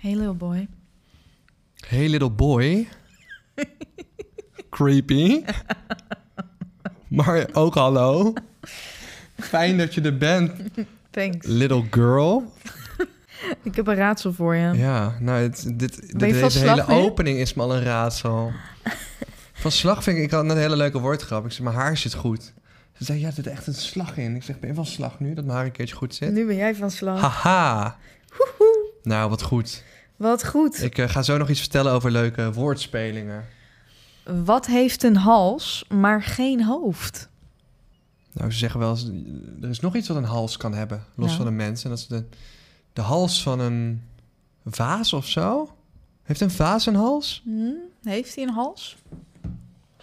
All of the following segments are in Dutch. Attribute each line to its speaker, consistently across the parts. Speaker 1: Hey little boy.
Speaker 2: Hey little boy. Creepy. maar ook hallo. Fijn dat je er bent,
Speaker 1: Thanks.
Speaker 2: little girl.
Speaker 1: Ik heb een raadsel voor je.
Speaker 2: Ja, nou, het, dit,
Speaker 1: je
Speaker 2: dit,
Speaker 1: van
Speaker 2: deze
Speaker 1: slag
Speaker 2: hele
Speaker 1: nu?
Speaker 2: opening is me al een raadsel. van slag vind ik, ik had net een hele leuke woordgrap. Ik zei, mijn haar zit goed. Ze zei, ja, er zit echt een slag in. Ik zeg, ben je van slag nu, dat mijn haar een keertje goed zit?
Speaker 1: Nu ben jij van slag.
Speaker 2: Haha. Nou, wat goed.
Speaker 1: Wat goed.
Speaker 2: Ik eh, ga zo nog iets vertellen over leuke woordspelingen.
Speaker 1: Wat heeft een hals, maar geen hoofd?
Speaker 2: Nou, ze zeggen wel eens, er is nog iets wat een hals kan hebben, los
Speaker 1: Nou.
Speaker 2: van een mens. En dat is de, de hals van een vaas of zo. Heeft een vaas een hals?
Speaker 1: Hm? Heeft hij een hals?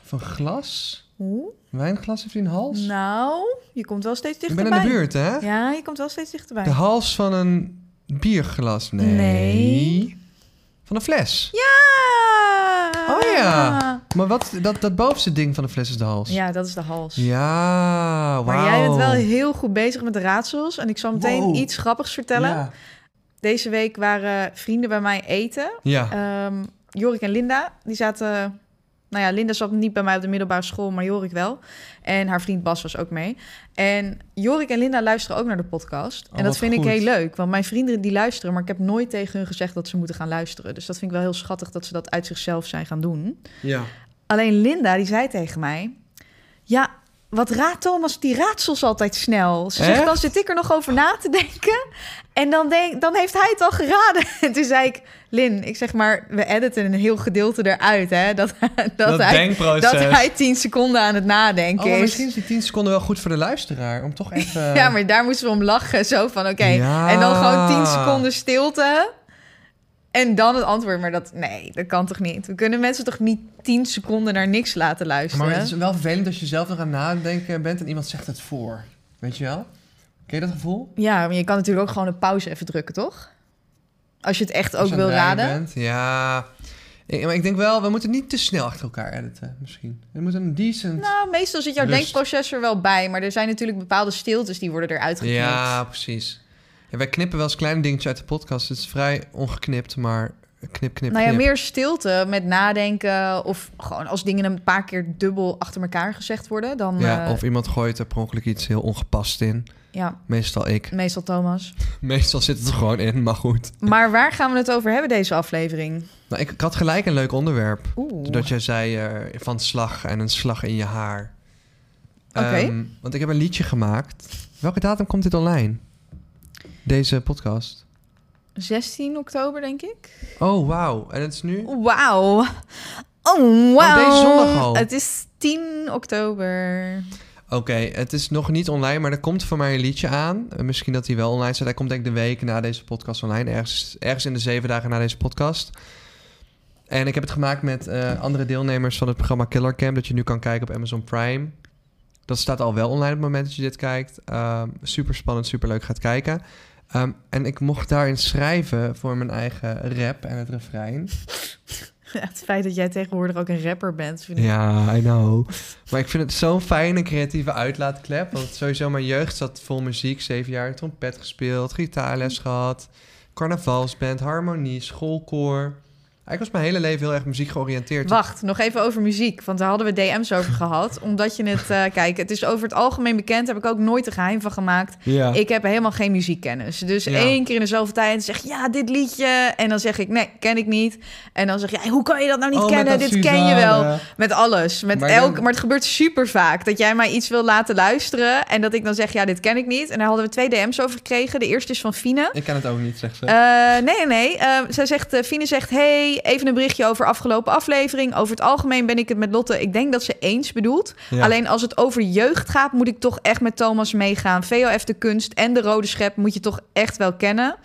Speaker 2: Van glas?
Speaker 1: Hoe?
Speaker 2: Een Wijnglas heeft hij een hals?
Speaker 1: Nou, je komt wel steeds
Speaker 2: Ik
Speaker 1: dichterbij.
Speaker 2: ben in de buurt, hè?
Speaker 1: Ja, je komt wel steeds dichterbij.
Speaker 2: De hals van een bierglas. Nee.
Speaker 1: Nee.
Speaker 2: Van een fles.
Speaker 1: Ja!
Speaker 2: Oh ja. Maar wat, dat, dat bovenste ding van de fles is de hals.
Speaker 1: Ja, dat is de hals.
Speaker 2: Ja, wauw.
Speaker 1: Maar jij bent wel heel goed bezig met de raadsels. En ik zal meteen
Speaker 2: Wow.
Speaker 1: iets grappigs vertellen.
Speaker 2: Ja.
Speaker 1: Deze week waren vrienden bij mij eten.
Speaker 2: Ja.
Speaker 1: Ehm, Jorik en Linda, die zaten... Nou ja, Linda zat niet bij mij op de middelbare school, maar Jorik wel. En haar vriend Bas was ook mee. En Jorik en Linda luisteren ook naar de podcast.
Speaker 2: Oh,
Speaker 1: en dat
Speaker 2: wat
Speaker 1: vind
Speaker 2: goed.
Speaker 1: ik heel leuk, want mijn vrienden die luisteren... maar ik heb nooit tegen hun gezegd dat ze moeten gaan luisteren. Dus dat vind ik wel heel schattig dat ze dat uit zichzelf zijn gaan doen.
Speaker 2: ja.
Speaker 1: Alleen Linda, die zei tegen mij... Ja, wat raadt Thomas die raadsels altijd snel? Ze zegt,
Speaker 2: Echt?
Speaker 1: dan zit ik er nog over na te denken. En dan, denk, dan heeft hij het al geraden. En toen zei ik, Lin, ik zeg maar... We editen een heel gedeelte eruit, hè? Dat, dat,
Speaker 2: Dat,
Speaker 1: hij,
Speaker 2: denkproces.
Speaker 1: dat hij tien seconden aan het nadenken
Speaker 2: Oh, maar
Speaker 1: is.
Speaker 2: misschien is die 10 seconden wel goed voor de luisteraar. Om toch even...
Speaker 1: Ja, maar daar moesten we om lachen. Zo van, oké.
Speaker 2: Ja.
Speaker 1: En dan gewoon tien seconden stilte. En dan het antwoord. Maar dat, nee, dat kan toch niet? We kunnen mensen toch niet tien seconden naar niks laten luisteren?
Speaker 2: Maar het is wel vervelend als je zelf nog aan het nadenken bent en iemand zegt het voor. Weet je wel? Ken je dat gevoel?
Speaker 1: Ja, maar je kan natuurlijk ook gewoon een pauze even drukken, toch? Als je het echt ook
Speaker 2: Als je aan
Speaker 1: wil
Speaker 2: het rijden
Speaker 1: raden.
Speaker 2: bent. Ja. Ik, maar ik denk wel, we moeten niet te snel achter elkaar editen, misschien. We moeten een decent...
Speaker 1: Nou, meestal zit jouw
Speaker 2: Rust.
Speaker 1: denkproces er wel bij. Maar er zijn natuurlijk bepaalde stiltes die worden eruit geknipt.
Speaker 2: Ja, precies. Ja, wij knippen wel eens kleine dingetjes uit de podcast. Het is vrij ongeknipt, maar knip, knip, knip.
Speaker 1: nou ja, meer stilte met nadenken. Of gewoon als dingen een paar keer dubbel achter elkaar gezegd worden. Dan,
Speaker 2: Ja,
Speaker 1: eh,
Speaker 2: of iemand gooit er per ongeluk iets heel ongepast in.
Speaker 1: ja
Speaker 2: Meestal ik.
Speaker 1: meestal Thomas.
Speaker 2: Meestal zit het er gewoon in, maar goed.
Speaker 1: Maar waar gaan we het over hebben deze aflevering?
Speaker 2: Nou, ik, ik had gelijk een leuk onderwerp.
Speaker 1: Oeh.
Speaker 2: Doordat jij zei eh, van slag en een slag in je haar.
Speaker 1: Oké.
Speaker 2: Ehm, want ik heb een liedje gemaakt. Welke datum komt dit online? Deze podcast.
Speaker 1: 16 oktober, denk ik.
Speaker 2: Oh, wauw. En het is nu...
Speaker 1: Wauw. Oh, wauw.
Speaker 2: deze zondag al.
Speaker 1: Het is 10 oktober.
Speaker 2: Oké, het is nog niet online, maar er komt voor mij een liedje aan. Eh, Misschien dat hij wel online staat. Hij komt denk ik de week na deze podcast online. Ergens, ergens in de zeven dagen na deze podcast. En ik heb het gemaakt met eh, andere deelnemers van het programma Killer Cam... dat je nu kan kijken op Amazon Prime. Dat staat al wel online op het moment dat je dit kijkt. super spannend, super leuk gaat kijken. Ehm, en ik mocht daarin schrijven voor mijn eigen rap en het refrein.
Speaker 1: Ja, het feit dat jij tegenwoordig ook een rapper bent, vind ik.
Speaker 2: Ja, I know. Maar ik vind het zo'n fijne creatieve uitlaatklep. Want sowieso mijn jeugd zat vol muziek. Zeven jaar trompet gespeeld, gitaarles gehad, carnavalsband, harmonie, schoolkoor. Eigenlijk was mijn hele leven heel erg muziek georiënteerd.
Speaker 1: Wacht, nog even over muziek, want daar hadden we DM's over gehad. Omdat je het, eh, kijk, het is over het algemeen bekend, heb ik ook nooit een geheim van gemaakt.
Speaker 2: Ja.
Speaker 1: Ik heb helemaal geen muziekkennis. Dus
Speaker 2: Ja.
Speaker 1: één keer in de zoveel tijd zeg ja, dit liedje. En dan zeg ik, nee, ken ik niet. En dan zeg jij, hoe kan je dat nou
Speaker 2: Oh,
Speaker 1: niet kennen? Dit ken je wel. Met alles, met
Speaker 2: Maar
Speaker 1: elk.
Speaker 2: dan-
Speaker 1: Maar het gebeurt super vaak dat jij mij iets wil laten luisteren. En dat ik dan zeg, ja, dit ken ik niet. En daar hadden we twee DM's over gekregen. De eerste is van Fine.
Speaker 2: Ik kan het ook niet, zegt ze.
Speaker 1: Eh, nee, nee, nee. Eh, zij zegt, eh, Fine zegt, hey, even een berichtje over afgelopen aflevering. Over het algemeen ben ik het met Lotte. Ik denk dat ze eens bedoelt.
Speaker 2: Ja.
Speaker 1: Alleen als het over jeugd gaat, moet ik toch echt met Thomas meegaan. VOF de kunst en de rode schep moet je toch echt wel kennen.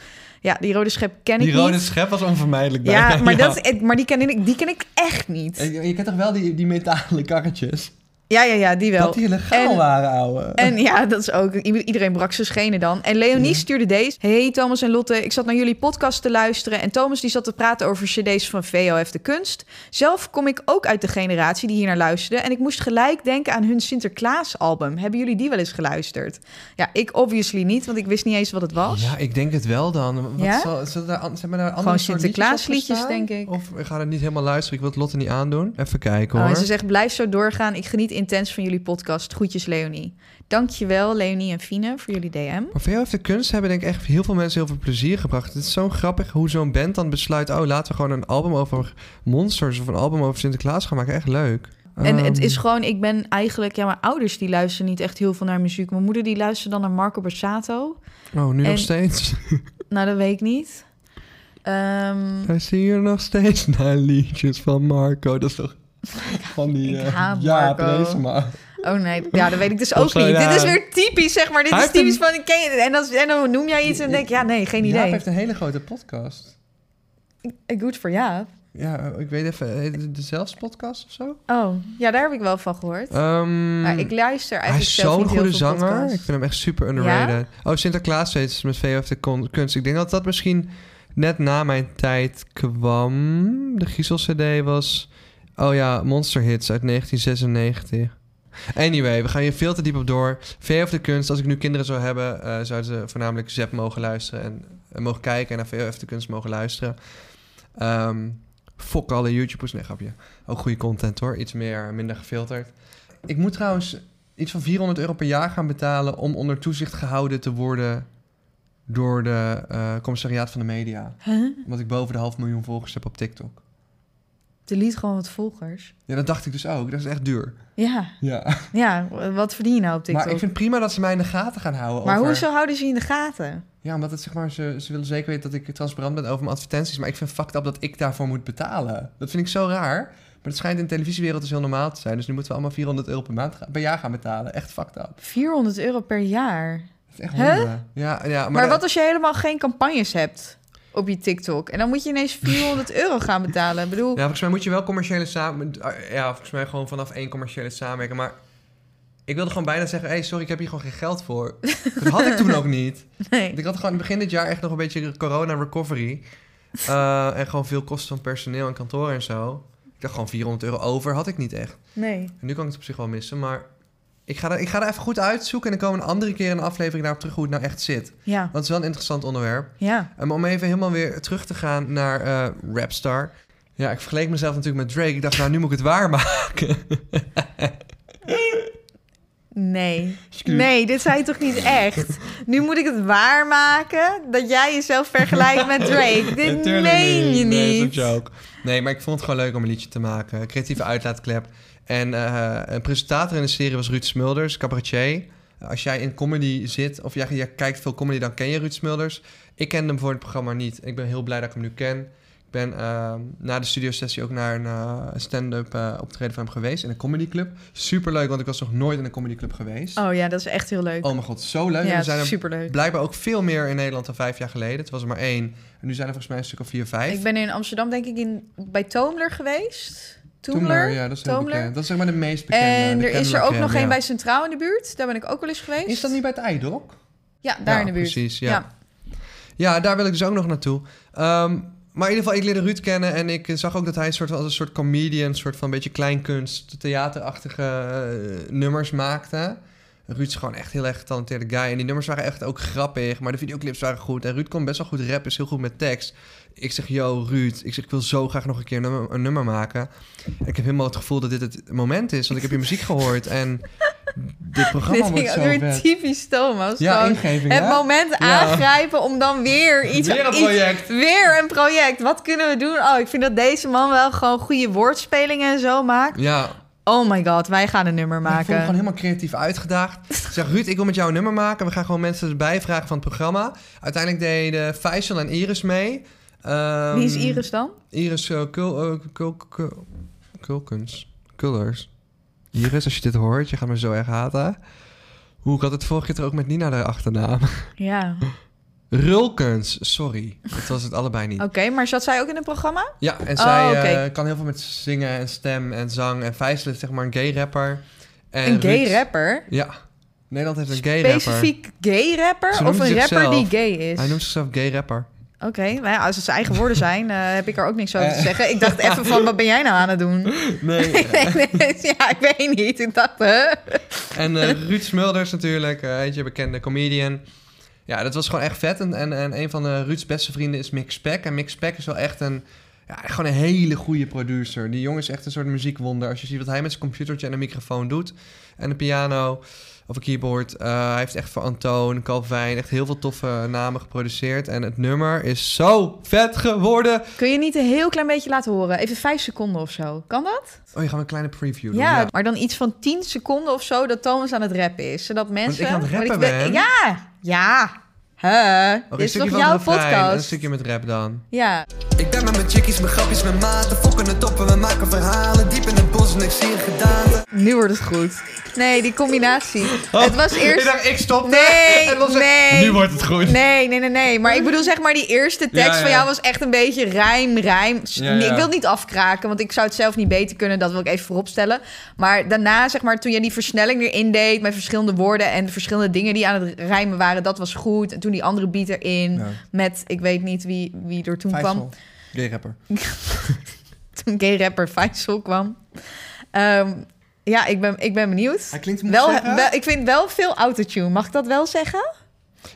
Speaker 1: Ja, die rode schep ken
Speaker 2: Die
Speaker 1: ik
Speaker 2: rode
Speaker 1: niet.
Speaker 2: schep was onvermijdelijk
Speaker 1: Ja,
Speaker 2: bijna,
Speaker 1: maar, Dat, eh, maar die, ken ik, die ken ik echt niet.
Speaker 2: Je kent toch wel die, die metalen karretjes?
Speaker 1: Ja, ja, ja, die wel.
Speaker 3: Dat die illegaal
Speaker 1: En-
Speaker 3: waren, ouwe.
Speaker 1: En ja, dat is ook. i- Iedereen brak zijn schenen dan. En Leonie
Speaker 3: Ja.
Speaker 1: stuurde deze. Hey Thomas en Lotte, ik zat naar jullie podcast te luisteren. En Thomas die zat te praten over CD's van VOF de Kunst. Zelf kom ik ook uit de generatie die hier naar luisterde. En ik moest gelijk denken aan hun Sinterklaas-album. Hebben jullie die wel eens geluisterd? Ja, ik obviously niet, want ik wist niet eens wat het was.
Speaker 2: Ja, ik denk het wel dan. Wat
Speaker 1: Ja?
Speaker 2: zal, zullen daar, an- zijn maar daar andere
Speaker 1: Gewoon
Speaker 2: soort
Speaker 1: Sinterklaasliedjes,
Speaker 2: liedjes op
Speaker 1: denk
Speaker 2: bestaan?
Speaker 1: ik.
Speaker 2: Of ik ga het niet helemaal luisteren. Ik wil het Lotte niet aandoen. Even kijken
Speaker 1: Oh,
Speaker 2: hoor.
Speaker 1: en ze zegt, blijf zo doorgaan. Ik geniet intens van jullie podcast. Groetjes, Leonie. Dankjewel, Leonie en Fine, voor jullie DM.
Speaker 2: Maar veel heeft de kunst hebben denk ik echt heel veel mensen heel veel plezier gebracht. Het is zo grappig hoe zo'n band dan besluit... oh, laten we gewoon een album over monsters of een album over Sinterklaas gaan maken. Echt leuk.
Speaker 1: En het
Speaker 2: Ehm,
Speaker 1: is gewoon, ik ben eigenlijk, ja, mijn ouders die luisteren niet echt heel veel naar muziek. Mijn moeder die luistert dan naar Marco Borsato.
Speaker 2: Oh, nu
Speaker 1: en-
Speaker 2: nog steeds.
Speaker 1: Nou, dat weet ik niet. Ehm,
Speaker 2: Wij zien hier nog steeds naar liedjes van Marco. Dat is toch...
Speaker 3: van die...
Speaker 1: ik
Speaker 3: eh,
Speaker 1: haat
Speaker 3: ja,
Speaker 1: Marco.
Speaker 3: deze maar.
Speaker 1: oh nee, ja, dat weet ik dus ook
Speaker 3: Of zo,
Speaker 1: niet.
Speaker 3: ja.
Speaker 1: Dit is weer typisch, zeg maar. Dit
Speaker 2: Hij
Speaker 1: is
Speaker 2: heeft
Speaker 1: typisch van, ik ken je. En, als, en dan noem jij iets en denk ik, ja, nee, geen
Speaker 3: Jaap
Speaker 1: idee.
Speaker 3: heeft een hele grote podcast.
Speaker 1: Goed voor Jaap.
Speaker 2: Ja, ik weet even... eh, De, de Zelfs podcast of zo?
Speaker 1: Oh, ja, daar heb ik wel van gehoord.
Speaker 2: Ehm,
Speaker 1: maar ik luister
Speaker 2: hij
Speaker 1: eigenlijk
Speaker 2: is
Speaker 1: zelf
Speaker 2: zo'n
Speaker 1: niet heel
Speaker 2: goede
Speaker 1: veel
Speaker 2: zanger.
Speaker 1: podcasts.
Speaker 2: Ik vind hem echt super underrated. Oh, Sinterklaas steeds met VOF de Kon- Kunst. Ik denk dat dat misschien net na mijn tijd kwam. De Giesel CD was... Oh ja, Monster Hits uit 1996. Anyway, we gaan hier veel te diep op door. VOF de Kunst, als ik nu kinderen zou hebben... eh, zouden ze voornamelijk Zep mogen luisteren... en en mogen kijken en naar VOF de Kunst mogen luisteren. Ehm fok alle YouTubers. Nee, grapje. Ook goede content hoor. Iets meer, minder gefilterd. Ik moet trouwens iets van 400 euro per jaar gaan betalen... om onder toezicht gehouden te worden... door de eh, commissariaat van de media.
Speaker 1: Huh?
Speaker 2: Omdat ik boven de half miljoen volgers heb op TikTok.
Speaker 1: Delete gewoon wat volgers.
Speaker 2: Ja, dat dacht ik dus ook. Dat is echt duur.
Speaker 1: Ja,
Speaker 3: Ja.
Speaker 1: ja, wat verdien je nou op TikTok?
Speaker 2: Maar ik vind prima dat ze mij in de gaten gaan houden.
Speaker 1: Maar
Speaker 2: over...
Speaker 1: hoezo houden ze je in de gaten?
Speaker 2: Ja, omdat het, zeg maar, ze, ze willen zeker weten dat ik transparant ben over mijn advertenties. Maar ik vind fucked up dat ik daarvoor moet betalen. Dat vind ik zo raar. Maar het schijnt in de televisiewereld dus heel normaal te zijn. Dus nu moeten we allemaal 400 euro per, maand ga- per jaar gaan betalen. Echt fucked up.
Speaker 1: 400 euro per jaar.
Speaker 2: Dat is echt
Speaker 1: Huh?
Speaker 2: honden. Ja, ja, maar,
Speaker 1: Maar,
Speaker 2: dat-
Speaker 1: wat als je helemaal geen campagnes hebt op je TikTok? En dan moet je ineens 400 euro gaan betalen. Ik bedoel,
Speaker 2: Ja, volgens mij moet je wel commerciële samen... ah, Ja, volgens mij gewoon vanaf één commerciële samenwerking. Maar ik wilde gewoon bijna zeggen... Hé, hey, sorry, ik heb hier gewoon geen geld voor. Dat had ik toen ook niet.
Speaker 1: nee.
Speaker 2: Want ik had gewoon begin dit jaar echt nog een beetje corona-recovery. Eh, en gewoon veel kosten van personeel en kantoor en zo. Ik dacht gewoon 400 euro over had ik niet echt.
Speaker 1: nee.
Speaker 2: En nu kan ik het op zich wel missen, maar... Ik ga, daar, ik ga daar even goed uitzoeken en dan komen we een andere keer in een aflevering daarop terug hoe het nou echt zit. Want
Speaker 1: Ja,
Speaker 2: het is wel een interessant onderwerp.
Speaker 1: ja.
Speaker 2: Um, om even helemaal weer terug te gaan naar eh, Rapstar. Ja, ik vergeleek mezelf natuurlijk met Drake. Ik dacht, nou, nu moet ik het waarmaken.
Speaker 1: Nee. Nee, dit zei je toch niet echt? Nu moet ik het waarmaken dat jij jezelf vergelijkt met Drake. Dit meen je niet.
Speaker 2: Nee, maar ik vond het gewoon leuk om een liedje te maken. Een creatieve uitlaatklep. En eh, een presentator in de serie was Ruud Smulders, cabaretier. Als jij in comedy zit, of jij, jij kijkt veel comedy, dan ken je Ruud Smulders. Ik kende hem voor het programma niet. Ik ben heel blij dat ik hem nu ken. Ik ben eh, na de studiosessie ook naar een eh, stand-up eh, optreden van hem geweest in een comedyclub. Superleuk, want ik was nog nooit in een comedyclub geweest.
Speaker 1: Oh ja, dat is echt heel leuk.
Speaker 2: Oh mijn god, zo leuk. En
Speaker 1: ja,
Speaker 2: er
Speaker 1: dat
Speaker 2: zijn
Speaker 1: is
Speaker 2: er
Speaker 1: superleuk.
Speaker 2: blijkbaar ook veel meer in Nederland dan vijf jaar geleden. Het was er maar één. En nu zijn er volgens mij een stuk of vier, vijf.
Speaker 1: Ik ben in Amsterdam denk ik in, bij Toomler geweest. Toomler?
Speaker 2: Toemler, ja, dat is heel
Speaker 1: Toomler.
Speaker 2: bekend. Dat is zeg maar de meest bekende.
Speaker 1: En
Speaker 2: de
Speaker 1: er is er
Speaker 2: Kennemer
Speaker 1: ook
Speaker 2: Cam,
Speaker 1: nog één
Speaker 2: ja.
Speaker 1: bij Centraal in de buurt. Daar ben ik ook wel eens geweest.
Speaker 3: Is dat niet bij het IJdok?
Speaker 1: Ja, daar
Speaker 2: Ja,
Speaker 1: in de buurt.
Speaker 2: precies, ja. Ja, daar wil ik dus ook nog naartoe. Ehm, maar in ieder geval, ik leerde Ruud kennen en ik zag ook dat hij een soort van, als een soort comedian, een soort van beetje kleinkunst, theaterachtige eh, nummers maakte. Ruud is gewoon echt heel erg getalenteerde guy. En die nummers waren echt ook grappig, maar de videoclips waren goed. En Ruud kon best wel goed rappen, is heel goed met tekst. Ik zeg, yo Ruud, ik, zeg, ik wil zo graag nog een keer een nummer, een nummer maken. En ik heb helemaal het gevoel dat dit het moment is, want ik heb je muziek gehoord. En dit
Speaker 1: Dit
Speaker 2: programma
Speaker 1: vind
Speaker 2: wordt
Speaker 1: ik
Speaker 2: zo
Speaker 1: ook weer
Speaker 2: vet.
Speaker 1: typisch Thomas.
Speaker 3: Ja,
Speaker 1: Gewoon
Speaker 3: ingeving,
Speaker 1: het
Speaker 3: hè?
Speaker 1: moment aangrijpen om dan weer iets...
Speaker 2: Weer een
Speaker 1: iets-
Speaker 2: project.
Speaker 1: weer een project. Wat kunnen we doen? Oh, ik vind dat deze man wel gewoon goede woordspelingen en zo maakt.
Speaker 2: Ja,
Speaker 1: Oh my god, wij gaan een nummer
Speaker 3: Ik voel me gewoon
Speaker 1: maken.
Speaker 3: helemaal creatief uit.
Speaker 2: uitgedaagd. Ik zeg, Ruud, ik wil met jou een nummer maken. We gaan gewoon mensen erbij vragen van het programma. Uiteindelijk deden Faisal en Iris mee. Ehm,
Speaker 1: Wie is Iris dan?
Speaker 2: Iris eh, Kul... eh, Kul- Kul- Kulkens. Kullers. Iris, als je dit hoort, je gaat me zo erg haten. Hoe ik had het vorige keer er ook met Nina de achternaam.
Speaker 1: Ja.
Speaker 2: Rulkens, sorry. Dat was het allebei niet.
Speaker 1: Oké, maar zat zij ook in het programma?
Speaker 2: Ja, en
Speaker 1: Oh,
Speaker 2: zij
Speaker 1: oké.
Speaker 2: eh, kan heel veel met zingen en stem en zang. En Faisal is zeg maar een gay rapper. En
Speaker 1: een gay
Speaker 2: Ruud-
Speaker 1: rapper?
Speaker 2: Ja. Nederland heeft een gay rapper.
Speaker 1: Specifiek gay
Speaker 2: Ze
Speaker 1: rapper? Of
Speaker 2: noemt
Speaker 1: een rapper
Speaker 2: zichzelf-
Speaker 1: die gay is?
Speaker 2: Hij noemt zichzelf gay rapper.
Speaker 1: Oké, nou ja, als het zijn eigen woorden zijn, eh, heb ik er ook niks over te
Speaker 3: Eh.
Speaker 1: zeggen. Ik dacht even van, wat ben jij nou aan het doen?
Speaker 2: Nee.
Speaker 1: ja, ik weet niet. Ik dacht, hè?
Speaker 2: en eh, Ruud Smulders natuurlijk, eh eentje bekende comedian. Ja, dat was gewoon echt vet. En, en, en een van eh, Ruud's beste vrienden is Mick Speck. En Mick Speck is wel echt een, ja, gewoon een hele goede producer. Die jongen is echt een soort muziekwonder. Als je ziet wat hij met zijn computertje en een microfoon doet. En een piano of een keyboard. Eh, hij heeft echt voor Antoon, Calvin, echt heel veel toffe namen geproduceerd. En het nummer is zo vet geworden.
Speaker 1: Kun je niet een heel klein beetje laten horen? Even vijf seconden of zo. Kan dat?
Speaker 2: Oh, je gaat een kleine preview doen.
Speaker 1: Ja,
Speaker 2: ja.
Speaker 1: maar dan iets van 10 seconden of zo dat Thomas aan het rappen is. Zodat mensen.
Speaker 2: ik aan het
Speaker 1: want
Speaker 2: rappen
Speaker 1: weet-
Speaker 2: ben.
Speaker 1: Ja, ja. Huh,
Speaker 2: Oké,
Speaker 1: dit
Speaker 2: een
Speaker 1: is
Speaker 2: stukje
Speaker 1: toch
Speaker 2: van het
Speaker 1: jouw
Speaker 2: refrein en Een
Speaker 1: podcast?
Speaker 2: stukje met rap dan.
Speaker 1: Ja.
Speaker 4: Ik ben met mijn chickies, mijn grapjes, mijn maten Fokken het op en we maken verhalen Diep in het bos en ik zie een gedaante
Speaker 1: Nu wordt het goed. Nee, die combinatie. Oh.
Speaker 2: Oh.
Speaker 1: het was eerst.
Speaker 2: Ik dacht, ik stop.
Speaker 1: Nee,
Speaker 2: Het was echt-
Speaker 1: nee.
Speaker 2: Nu wordt het goed.
Speaker 1: Nee, nee, nee, nee. Maar ik bedoel, zeg maar, die eerste tekst
Speaker 3: Ja, ja.
Speaker 1: van jou was echt een beetje rijm, rijm. S-
Speaker 3: Ja, ja.
Speaker 1: Ik wil het niet afkraken, want ik zou het zelf niet beter kunnen. Dat wil ik even vooropstellen. Maar daarna, zeg maar, toen jij die versnelling erin deed... met verschillende woorden en verschillende dingen die aan het rijmen waren... dat was goed. En toen die andere beat erin
Speaker 3: Ja.
Speaker 1: met... ik weet niet wie, wie er toen kwam.
Speaker 3: Vijfsel. Gay rapper.
Speaker 1: Toen gay rapper Faisal kwam. Ehm, ja, ik ben, ik ben benieuwd.
Speaker 3: Hij klinkt, moet ik
Speaker 1: Wel,
Speaker 3: zeggen?
Speaker 1: wel, ik vind wel veel autotune. Mag ik dat wel zeggen?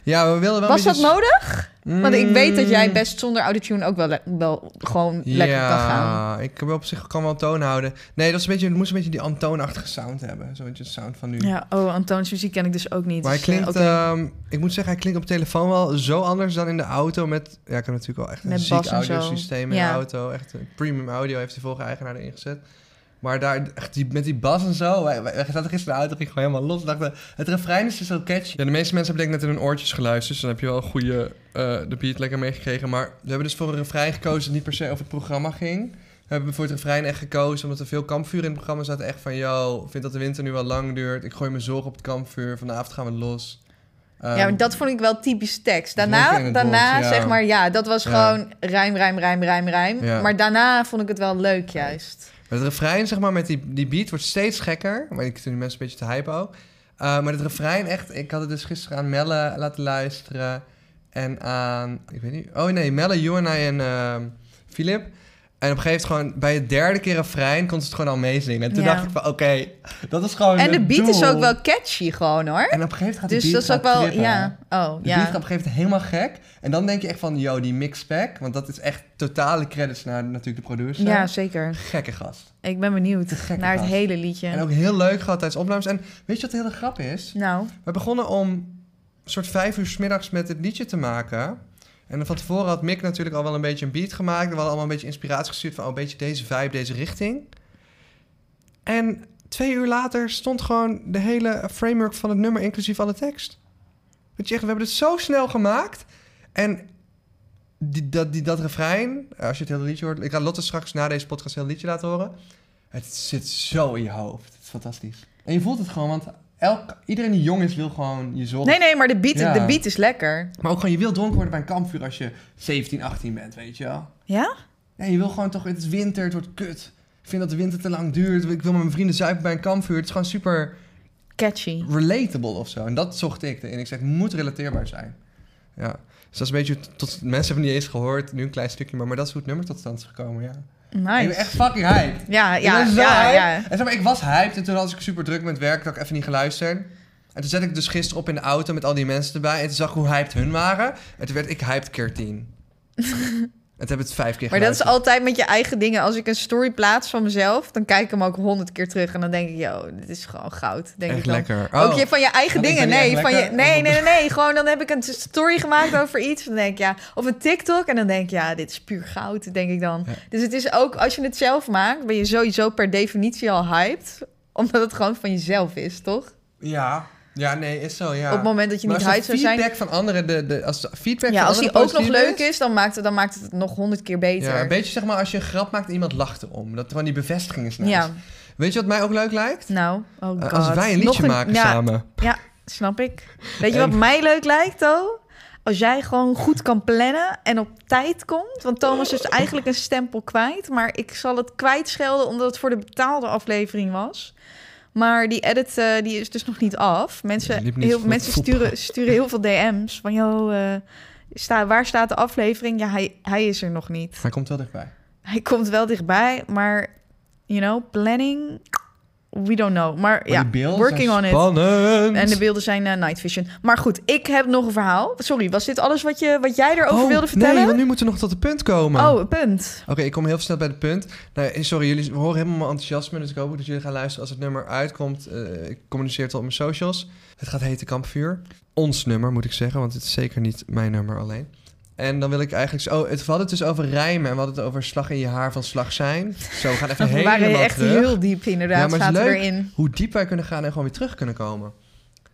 Speaker 2: Ja, we wilden wel
Speaker 1: Was
Speaker 2: een
Speaker 1: dat
Speaker 2: beetje...
Speaker 1: nodig? Want ik weet dat jij
Speaker 2: Mm,
Speaker 1: best zonder autotune ook wel, le- wel gewoon lekker kan gaan.
Speaker 2: Ja, ik heb op zich kan wel toon houden. Nee, dat is een beetje, het moest een beetje die Antoonachtige sound hebben. Zo'n beetje de sound van nu.
Speaker 1: Ja, oh, Antoons muziek ken ik dus ook niet.
Speaker 2: Maar hij
Speaker 1: dus,
Speaker 2: klinkt,
Speaker 1: eh, oké.
Speaker 2: ehm, ik moet zeggen, hij klinkt op telefoon wel zo anders dan in de auto met... Ja, ik heb natuurlijk wel echt een
Speaker 1: Met
Speaker 2: ziek
Speaker 1: bas en zo.
Speaker 2: audiosysteem in
Speaker 1: Ja.
Speaker 2: de auto. Echt een premium audio heeft de vorige eigenaar erin gezet. Maar daar, echt die, met die bas en zo, wij, wij, wij zaten gisteren in de auto, ging gewoon helemaal los. We Dachten, het refrein is dus zo catchy. Ja, de meeste mensen hebben denk ik net in hun oortjes geluisterd, dus dan heb je wel een goede, eh, de beat lekker meegekregen. Maar we hebben dus voor een refrein gekozen dat niet per se over het programma ging. We hebben voor het refrein echt gekozen, omdat er veel kampvuren in het programma zaten. Echt van, yo, ik vind dat de winter nu al lang duurt. Ik gooi mijn zorg op het kampvuur. Vanavond gaan we los. Ehm,
Speaker 1: ja, maar dat vond ik wel typisch tekst.
Speaker 2: Dronken in
Speaker 1: Daarna,
Speaker 2: het
Speaker 1: daarna
Speaker 2: bos, ja.
Speaker 1: zeg maar, ja, dat was
Speaker 2: Ja.
Speaker 1: gewoon rijm, rijm, rijm, rijm, rijm.
Speaker 2: Ja.
Speaker 1: Maar daarna vond ik het wel leuk juist.
Speaker 2: Het refrein, zeg maar, met die, die beat wordt steeds gekker. Maar ik toen die mensen een beetje te hype ook. Eh, maar het refrein echt... Ik had het dus gisteren aan Melle laten luisteren. En aan... Ik weet niet... Oh nee, Melle, Johanna en ehm Filip. En op een gegeven moment gewoon... Bij het derde keer refrein kon ze het gewoon al meezingen. En toen
Speaker 1: Ja.
Speaker 2: dacht ik van, oké.
Speaker 3: Dat is
Speaker 2: Oh,
Speaker 3: gewoon
Speaker 1: En de
Speaker 3: het
Speaker 1: beat is
Speaker 3: doel.
Speaker 1: ook wel catchy gewoon hoor.
Speaker 2: En op een gegeven moment gaat de
Speaker 1: Dus
Speaker 2: beat
Speaker 1: dat is ook
Speaker 2: gaat
Speaker 1: wel,
Speaker 2: trippen.
Speaker 1: ja. Oh,
Speaker 2: De beat
Speaker 1: ja.
Speaker 2: gaat op een gegeven moment helemaal gek. En dan denk je echt van, yo, die mixpack. Want dat is echt totale credits naar natuurlijk de producer.
Speaker 1: Ja, zeker.
Speaker 2: Gekke gast.
Speaker 1: Ik ben benieuwd
Speaker 2: gekke
Speaker 1: naar het
Speaker 2: gast.
Speaker 1: hele liedje.
Speaker 2: En ook heel leuk gehad tijdens opnames. En weet je wat de hele grap is?
Speaker 1: Nou,
Speaker 2: We begonnen om een soort vijf uur 's middags met het liedje te maken. En van tevoren had Mick natuurlijk al wel een beetje een beat gemaakt. En we hadden allemaal een beetje inspiratie gestuurd van oh, een beetje deze vibe, deze richting. En twee uur later stond gewoon de hele framework van het nummer, inclusief alle tekst. Weet je echt, we hebben het zo snel gemaakt. En die, dat, die, dat refrein, als je het hele liedje hoort... Ik ga Lotte straks na deze podcast heel liedje laten horen. Het zit zo in je hoofd. Het is fantastisch. En je voelt het gewoon, want elk, iedereen die jong is wil gewoon je zorg.
Speaker 1: nee, nee, maar de beat,
Speaker 2: Ja.
Speaker 1: de beat is lekker.
Speaker 2: Maar ook gewoon, je wil dronken worden bij een kampvuur als je 17, 18 bent, weet je wel.
Speaker 1: Ja?
Speaker 2: Ja, je wil gewoon toch, het is winter, het wordt kut. Ik vind dat de winter te lang duurt. Ik wil met mijn vrienden zuipen bij een kampvuur. Het is gewoon super
Speaker 1: Catchy.
Speaker 2: relatable of zo. En dat zocht ik. En ik zeg, het moet relateerbaar zijn. Ja, dus dat is een beetje, tot, mensen hebben niet eens gehoord, nu een klein stukje. Maar, maar dat is hoe het nummer tot stand is gekomen, ja. Ik ben
Speaker 1: Nice.
Speaker 2: echt fucking hype.
Speaker 1: Ja,
Speaker 2: Ja,
Speaker 1: ja,
Speaker 2: ik ben zo
Speaker 1: ja,
Speaker 2: hyped.
Speaker 1: ja.
Speaker 2: En zeg maar, ik was hyped en toen was ik super druk met werk dat ik even niet geluisterd. En toen zet ik dus gisteren op in de auto met al die mensen erbij. En toen zag ik hoe hyped hun waren. En toen werd ik hyped keer tien. en toen heb ik het vijf keer
Speaker 1: Maar dat is
Speaker 2: geluisterd.
Speaker 1: altijd met je eigen dingen. Als ik een story plaats van mezelf, dan kijk ik hem ook honderd keer terug. En dan denk ik, yo, dit is gewoon goud. Denk ik
Speaker 2: echt
Speaker 1: dan.
Speaker 2: lekker.
Speaker 1: Ook je, van je eigen
Speaker 3: Oh, ik
Speaker 1: dingen.
Speaker 3: ben niet
Speaker 1: Nee,
Speaker 3: echt
Speaker 1: van je,
Speaker 3: lekker.
Speaker 1: nee, nee, nee, nee. Gewoon dan heb ik een story gemaakt over iets. Dan denk ik, ja. Of een TikTok. En dan denk ik, ja, dit is puur goud, denk ik dan.
Speaker 2: Ja.
Speaker 1: Dus het is ook, als je het zelf maakt, ben je sowieso per definitie al hyped. Omdat het gewoon van jezelf is, toch?
Speaker 2: Ja. ja, nee, is zo, ja.
Speaker 1: Op het moment dat je
Speaker 2: Maar
Speaker 1: niet
Speaker 2: als de
Speaker 1: hyped zou zijn.
Speaker 2: feedback van anderen, de, de, als de feedback
Speaker 1: Ja,
Speaker 2: van
Speaker 1: als die
Speaker 2: anderen
Speaker 1: ook nog
Speaker 2: positief
Speaker 1: leuk is, dan maakt het, dan maakt het, het nog honderd keer beter.
Speaker 2: Ja, een beetje zeg maar als je een grap maakt en iemand lacht erom. Dat gewoon die bevestiging is nice.
Speaker 1: Ja,
Speaker 2: Weet je wat mij ook leuk lijkt?
Speaker 1: nou, oh god.
Speaker 2: Eh, als wij een
Speaker 1: Nog
Speaker 2: liedje maken
Speaker 1: ja,
Speaker 2: samen.
Speaker 1: Snap ik. Weet je
Speaker 2: En-
Speaker 1: wat mij leuk lijkt, al? Als jij gewoon goed kan plannen en op tijd komt. Want Thomas is eigenlijk een stempel kwijt. Maar ik zal het kwijtschelden omdat het voor de betaalde aflevering was. Maar die edit eh, die is dus nog niet af. Mensen,
Speaker 2: liep niet
Speaker 1: heel,
Speaker 2: voor
Speaker 1: mensen
Speaker 2: voetbal.
Speaker 1: sturen, sturen heel veel DM's van... Yo, eh, sta, waar staat de aflevering? Ja, hij, hij is er nog niet.
Speaker 2: Hij komt wel dichtbij.
Speaker 1: Hij komt wel dichtbij, maar... You know, planning... We don't know. Maar
Speaker 3: die
Speaker 1: ja,
Speaker 3: beelden
Speaker 1: working
Speaker 3: zijn
Speaker 1: on it.
Speaker 2: Spannend!
Speaker 1: En de beelden zijn eh, night vision. Maar goed, ik heb nog een verhaal. Sorry, was dit alles wat, je, wat jij erover wilde
Speaker 2: Oh, Nee,
Speaker 1: vertellen?
Speaker 2: want nu moeten we nog tot het punt komen.
Speaker 1: oh, punt.
Speaker 2: Oké, ik kom heel snel bij het punt. Nou, sorry, jullie horen helemaal mijn enthousiasme. Dus ik hoop ook dat jullie gaan luisteren als het nummer uitkomt. Eh, ik communiceer het al op mijn socials. Het gaat heten Kampvuur. Ons nummer, moet ik zeggen. Want het is zeker niet mijn nummer alleen. En dan wil ik eigenlijk... zo- Oh, het, we hadden het dus over rijmen. En we hadden het over slag in je haar van slag zijn. Zo, we gaan even
Speaker 1: We
Speaker 2: helemaal
Speaker 1: waren echt
Speaker 2: terug.
Speaker 1: heel diep
Speaker 2: Ja,
Speaker 1: inderdaad.
Speaker 2: maar het is
Speaker 1: zaten
Speaker 2: leuk.
Speaker 1: erin.
Speaker 2: Hoe diep wij kunnen gaan en gewoon weer terug kunnen komen.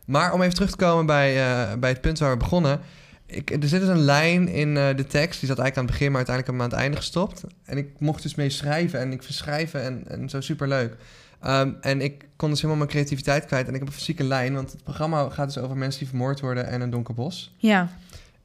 Speaker 2: Maar om even terug te komen bij, eh, bij het punt waar we begonnen. Ik, er zit dus een lijn in eh, de tekst. Die zat eigenlijk aan het begin, maar uiteindelijk hebben we hem aan het einde gestopt. En ik mocht dus mee schrijven. En ik vind schrijven en, en zo superleuk. Ehm, en ik kon dus helemaal mijn creativiteit kwijt. En ik heb een fysieke lijn. Want het programma gaat dus over mensen die vermoord worden en een donker bos.
Speaker 1: Ja.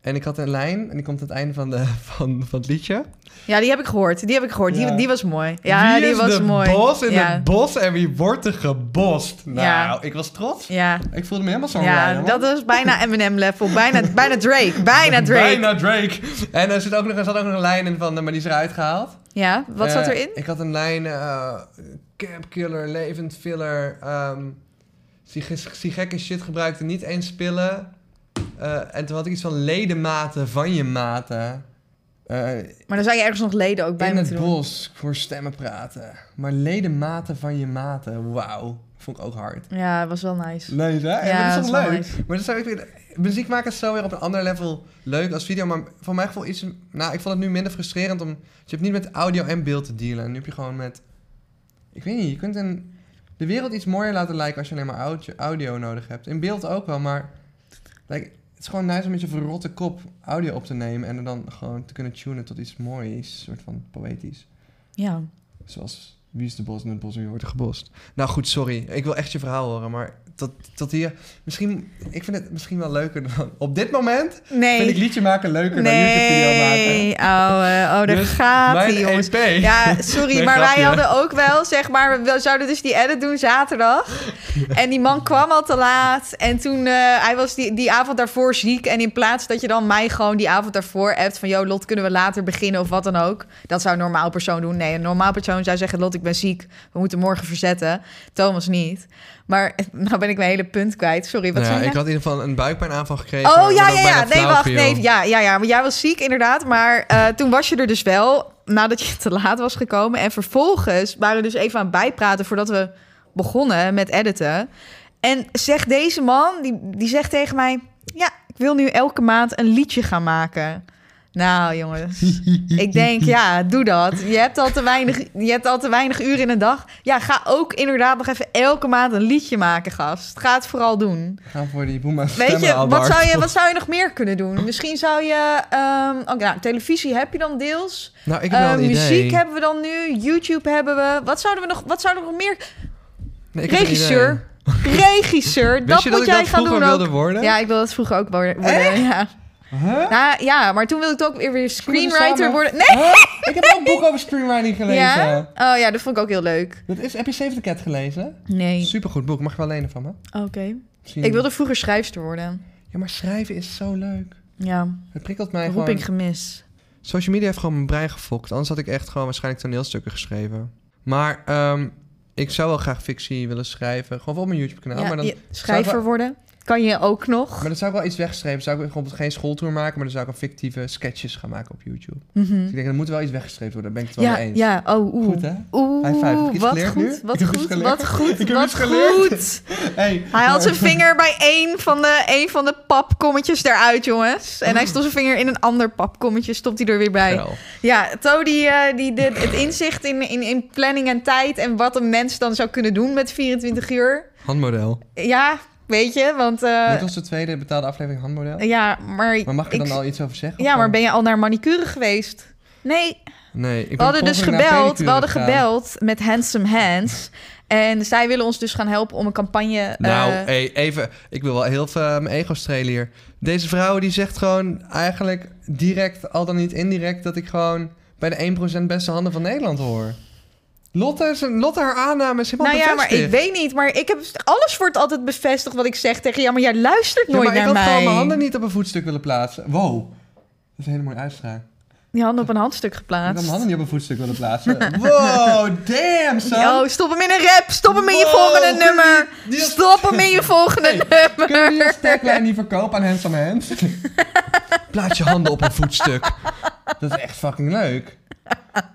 Speaker 2: En ik had een lijn. En die komt aan het einde van, de, van, van het liedje.
Speaker 1: ja, die heb ik gehoord. Die heb ik gehoord. Die,
Speaker 3: Ja.
Speaker 1: die was mooi. Ja,
Speaker 2: Wie
Speaker 1: die
Speaker 2: is
Speaker 1: was
Speaker 2: de
Speaker 1: mooi.
Speaker 2: bos in
Speaker 1: ja.
Speaker 2: het bos en wie wordt er gebost?
Speaker 3: Nou,
Speaker 1: Ja.
Speaker 3: ik was trots.
Speaker 1: Ja,
Speaker 3: Ik voelde me helemaal zo'n
Speaker 1: ja
Speaker 3: Ryan,
Speaker 1: dat
Speaker 3: man.
Speaker 1: was bijna Eminem level. Bijna, bijna Drake. Bijna Drake.
Speaker 2: Bijna Drake. En er zit ook nog, er zat ook nog een lijn in van, eh, maar die is eruit gehaald.
Speaker 1: Ja, wat zat
Speaker 2: Eh,
Speaker 1: erin?
Speaker 2: Ik had een lijn, eh camp killer, levend filler, ehm, zie, ge- zie gekke shit gebruikte, niet eens pillen. Eh, en toen had ik iets van ledematen van je maten. Eh,
Speaker 1: Maar dan zou je ergens nog leden ook bij
Speaker 2: in het
Speaker 1: moeten doen.
Speaker 2: bos voor stemmen praten. Maar ledematen van je maten, wauw. Vond ik ook hard.
Speaker 1: Ja, was wel nice.
Speaker 3: Leuk, hè? Ja,
Speaker 1: Ja,
Speaker 3: dat
Speaker 1: dat
Speaker 3: is
Speaker 1: is
Speaker 3: toch
Speaker 1: wel
Speaker 3: leuk?
Speaker 1: nice.
Speaker 2: Maar dat zou ik weer, muziek maken is zo weer op een ander level leuk als video. Maar voor mijn gevoel iets... Nou, ik vond het nu minder frustrerend om... Je hebt niet met audio en beeld te dealen. En nu heb je gewoon met... Ik weet niet, je kunt een, de wereld iets mooier laten lijken als je alleen maar audio, audio nodig hebt. In beeld ook wel, maar... like, het is gewoon nice om met je verrotte kop audio op te nemen... en er dan gewoon te kunnen tunen tot iets moois. soort van poëtisch.
Speaker 1: Ja.
Speaker 2: Zoals... Wie is de bos en het bos en wie wordt er gebost? Nou goed, sorry. Ik wil echt je verhaal horen, maar tot, tot hier... Misschien... Ik vind het misschien wel leuker dan... Op dit moment
Speaker 3: Vind ik
Speaker 1: Nee.
Speaker 3: liedje maken leuker dan YouTube-video maken.
Speaker 1: Nee. Ouwe. Oh, daar
Speaker 2: Dus
Speaker 1: gaat hij,
Speaker 2: Mijn
Speaker 1: jongens.
Speaker 2: EP.
Speaker 1: Ja, sorry,
Speaker 2: Nee,
Speaker 1: maar wij
Speaker 2: grapje.
Speaker 1: hadden ook wel, zeg maar, we zouden dus die edit doen zaterdag. En die man kwam al te laat. En toen, eh, hij was die, die avond daarvoor ziek. En in plaats dat je dan mij gewoon die avond daarvoor appt van... Yo, Lot, kunnen we later beginnen of wat dan ook? Dat zou een normaal persoon doen. Nee, een normaal persoon zou zeggen... Lot, ik ben ziek, we moeten morgen verzetten. Thomas niet. Maar eh, nou ben ik mijn hele punt kwijt. Sorry, wat
Speaker 2: Nou ja,
Speaker 1: zei je?
Speaker 2: ik had in ieder geval een buikpijnaanval gekregen.
Speaker 1: Oh
Speaker 2: waardoor
Speaker 1: ja,
Speaker 2: ik
Speaker 1: ja,
Speaker 2: bijna
Speaker 1: ja. Nee,
Speaker 2: flauw
Speaker 1: wacht.
Speaker 2: viel.
Speaker 1: Nee, ja, ja, ja. Maar jij was ziek inderdaad. Maar eh, toen was je er dus wel. Nadat je te laat was gekomen. En vervolgens waren we dus even aan het bijpraten voordat we begonnen met editen. En zegt deze man, die, die zegt tegen mij: Ja, ik wil nu elke maand een liedje gaan maken. Nou, jongens. Ik denk, ja, doe dat. Je hebt, al te weinig, je hebt al te weinig uren in een dag. Ja, ga ook inderdaad nog even elke maand een liedje maken, gast. Ga het vooral doen.
Speaker 2: Ga voor die boema
Speaker 1: Weet je, wat zou je, wat zou je nog meer kunnen doen? Misschien zou je... ehm oké, nou, televisie heb je dan deels.
Speaker 2: Nou, ik heb wel
Speaker 1: Eh,
Speaker 2: een idee.
Speaker 1: muziek hebben we dan nu. YouTube hebben we. Wat zouden we nog, wat zouden we nog meer...
Speaker 2: Nee, ik heb een idee.
Speaker 1: Regisseur. Regisseur,
Speaker 2: Wist
Speaker 1: dat
Speaker 2: je
Speaker 1: moet
Speaker 2: dat
Speaker 1: jij
Speaker 2: ik dat
Speaker 1: gaan doen
Speaker 2: vroeger wilde
Speaker 1: ook.
Speaker 2: worden?
Speaker 1: Ja, ik wilde het vroeger ook worden. Ja.
Speaker 3: Huh?
Speaker 1: Nou, ja, maar toen wilde ik ook weer weer screenwriter
Speaker 3: samen-
Speaker 1: worden. Nee!
Speaker 3: Huh? Ik heb ook een boek over screenwriting gelezen.
Speaker 1: Ja? Oh ja, dat vond ik ook heel leuk.
Speaker 3: Dat is, heb je Save the Cat gelezen?
Speaker 1: Nee.
Speaker 2: Supergoed boek. Mag je wel lenen van me?
Speaker 1: Oké.
Speaker 2: Misschien-
Speaker 1: Ik wilde vroeger schrijfster worden.
Speaker 2: Ja, maar schrijven is zo leuk.
Speaker 1: Ja,
Speaker 2: Het prikkelt mij gewoon.
Speaker 1: roeping gemist.
Speaker 2: Social media heeft gewoon mijn brein gefokt. Anders had ik echt gewoon waarschijnlijk toneelstukken geschreven. Maar ehm, ik zou wel graag fictie willen schrijven. Gewoon voor op mijn YouTube-kanaal.
Speaker 1: Ja,
Speaker 2: maar dan
Speaker 1: je- schrijver worden. Kan je ook nog.
Speaker 2: Maar dan zou ik wel iets wegstrepen. Zou ik bijvoorbeeld geen schooltour maken, maar dan zou ik een fictieve sketches gaan maken op YouTube. Dus
Speaker 1: Mhm.
Speaker 2: ik denk, er moet wel iets weggestreept worden. Daar ben ik het wel
Speaker 1: Ja,
Speaker 2: mee eens.
Speaker 1: ja, oh, oeh.
Speaker 3: Goed, hè?
Speaker 1: Oeh,
Speaker 2: High five. Heb ik iets
Speaker 1: wat
Speaker 2: geleerd
Speaker 1: goed,
Speaker 2: nu?
Speaker 1: wat
Speaker 2: Ik heb iets
Speaker 1: goed,
Speaker 2: geleerd.
Speaker 1: wat goed,
Speaker 3: Ik heb
Speaker 1: wat
Speaker 3: iets geleerd.
Speaker 1: goed.
Speaker 3: Hey,
Speaker 1: Hij had zijn vinger bij één van de, één van de papkommetjes eruit, jongens. En
Speaker 2: Oh.
Speaker 1: hij stond zijn vinger in een ander papkommetje, stopt hij er weer bij.
Speaker 2: Wel.
Speaker 1: Ja, Tony die, eh, die dit- het inzicht in, in, in planning en tijd en wat een mens dan zou kunnen doen met 24 uur.
Speaker 2: Handmodel.
Speaker 1: Ja, weet je, want... eh,
Speaker 2: Dit was de tweede betaalde aflevering handmodel.
Speaker 1: ja, maar...
Speaker 2: Maar mag ik er
Speaker 1: ik-
Speaker 2: dan al iets over zeggen?
Speaker 1: Ja,
Speaker 2: Of
Speaker 1: maar
Speaker 2: gewoon-
Speaker 1: ben je al naar manicure geweest? Nee,
Speaker 2: Nee, ik
Speaker 1: We hadden dus gebeld, we hadden
Speaker 2: gebeld.
Speaker 1: gebeld met Handsome Hands. En zij willen ons dus gaan helpen om een campagne... eh,
Speaker 2: Nou, hey, even. Ik wil wel heel veel eh, mijn ego strelen hier. Deze vrouw die zegt gewoon eigenlijk direct, al dan niet indirect, dat ik gewoon bij de 1% beste handen van Nederland hoor. Lotte, is een, Lotte, haar aanname is helemaal
Speaker 1: nou ja, maar ik
Speaker 2: bevestigd.
Speaker 1: weet niet. Maar ik heb alles wordt altijd bevestigd wat ik zeg tegen jou. Maar jij luistert
Speaker 3: Ja,
Speaker 1: nooit
Speaker 3: maar ik
Speaker 1: naar
Speaker 3: had
Speaker 1: mij.
Speaker 3: gewoon mijn handen niet op een voetstuk willen plaatsen. Wow. Dat is een hele mooie uitspraak.
Speaker 1: Je handen op een handstuk
Speaker 3: Ik had
Speaker 1: geplaatst.
Speaker 3: mijn handen niet op een voetstuk willen plaatsen. Wow, damn son.
Speaker 1: Oh, stop hem in een rap. Stop hem in je
Speaker 3: Wow,
Speaker 1: volgende
Speaker 3: kun je
Speaker 1: nummer.
Speaker 3: die als-
Speaker 1: Stop hem in je volgende
Speaker 3: Kunnen we die
Speaker 1: nummer.
Speaker 3: als taglijn niet verkopen aan Handsome Hands?
Speaker 2: Plaats je handen op een voetstuk.
Speaker 3: Dat is echt fucking leuk.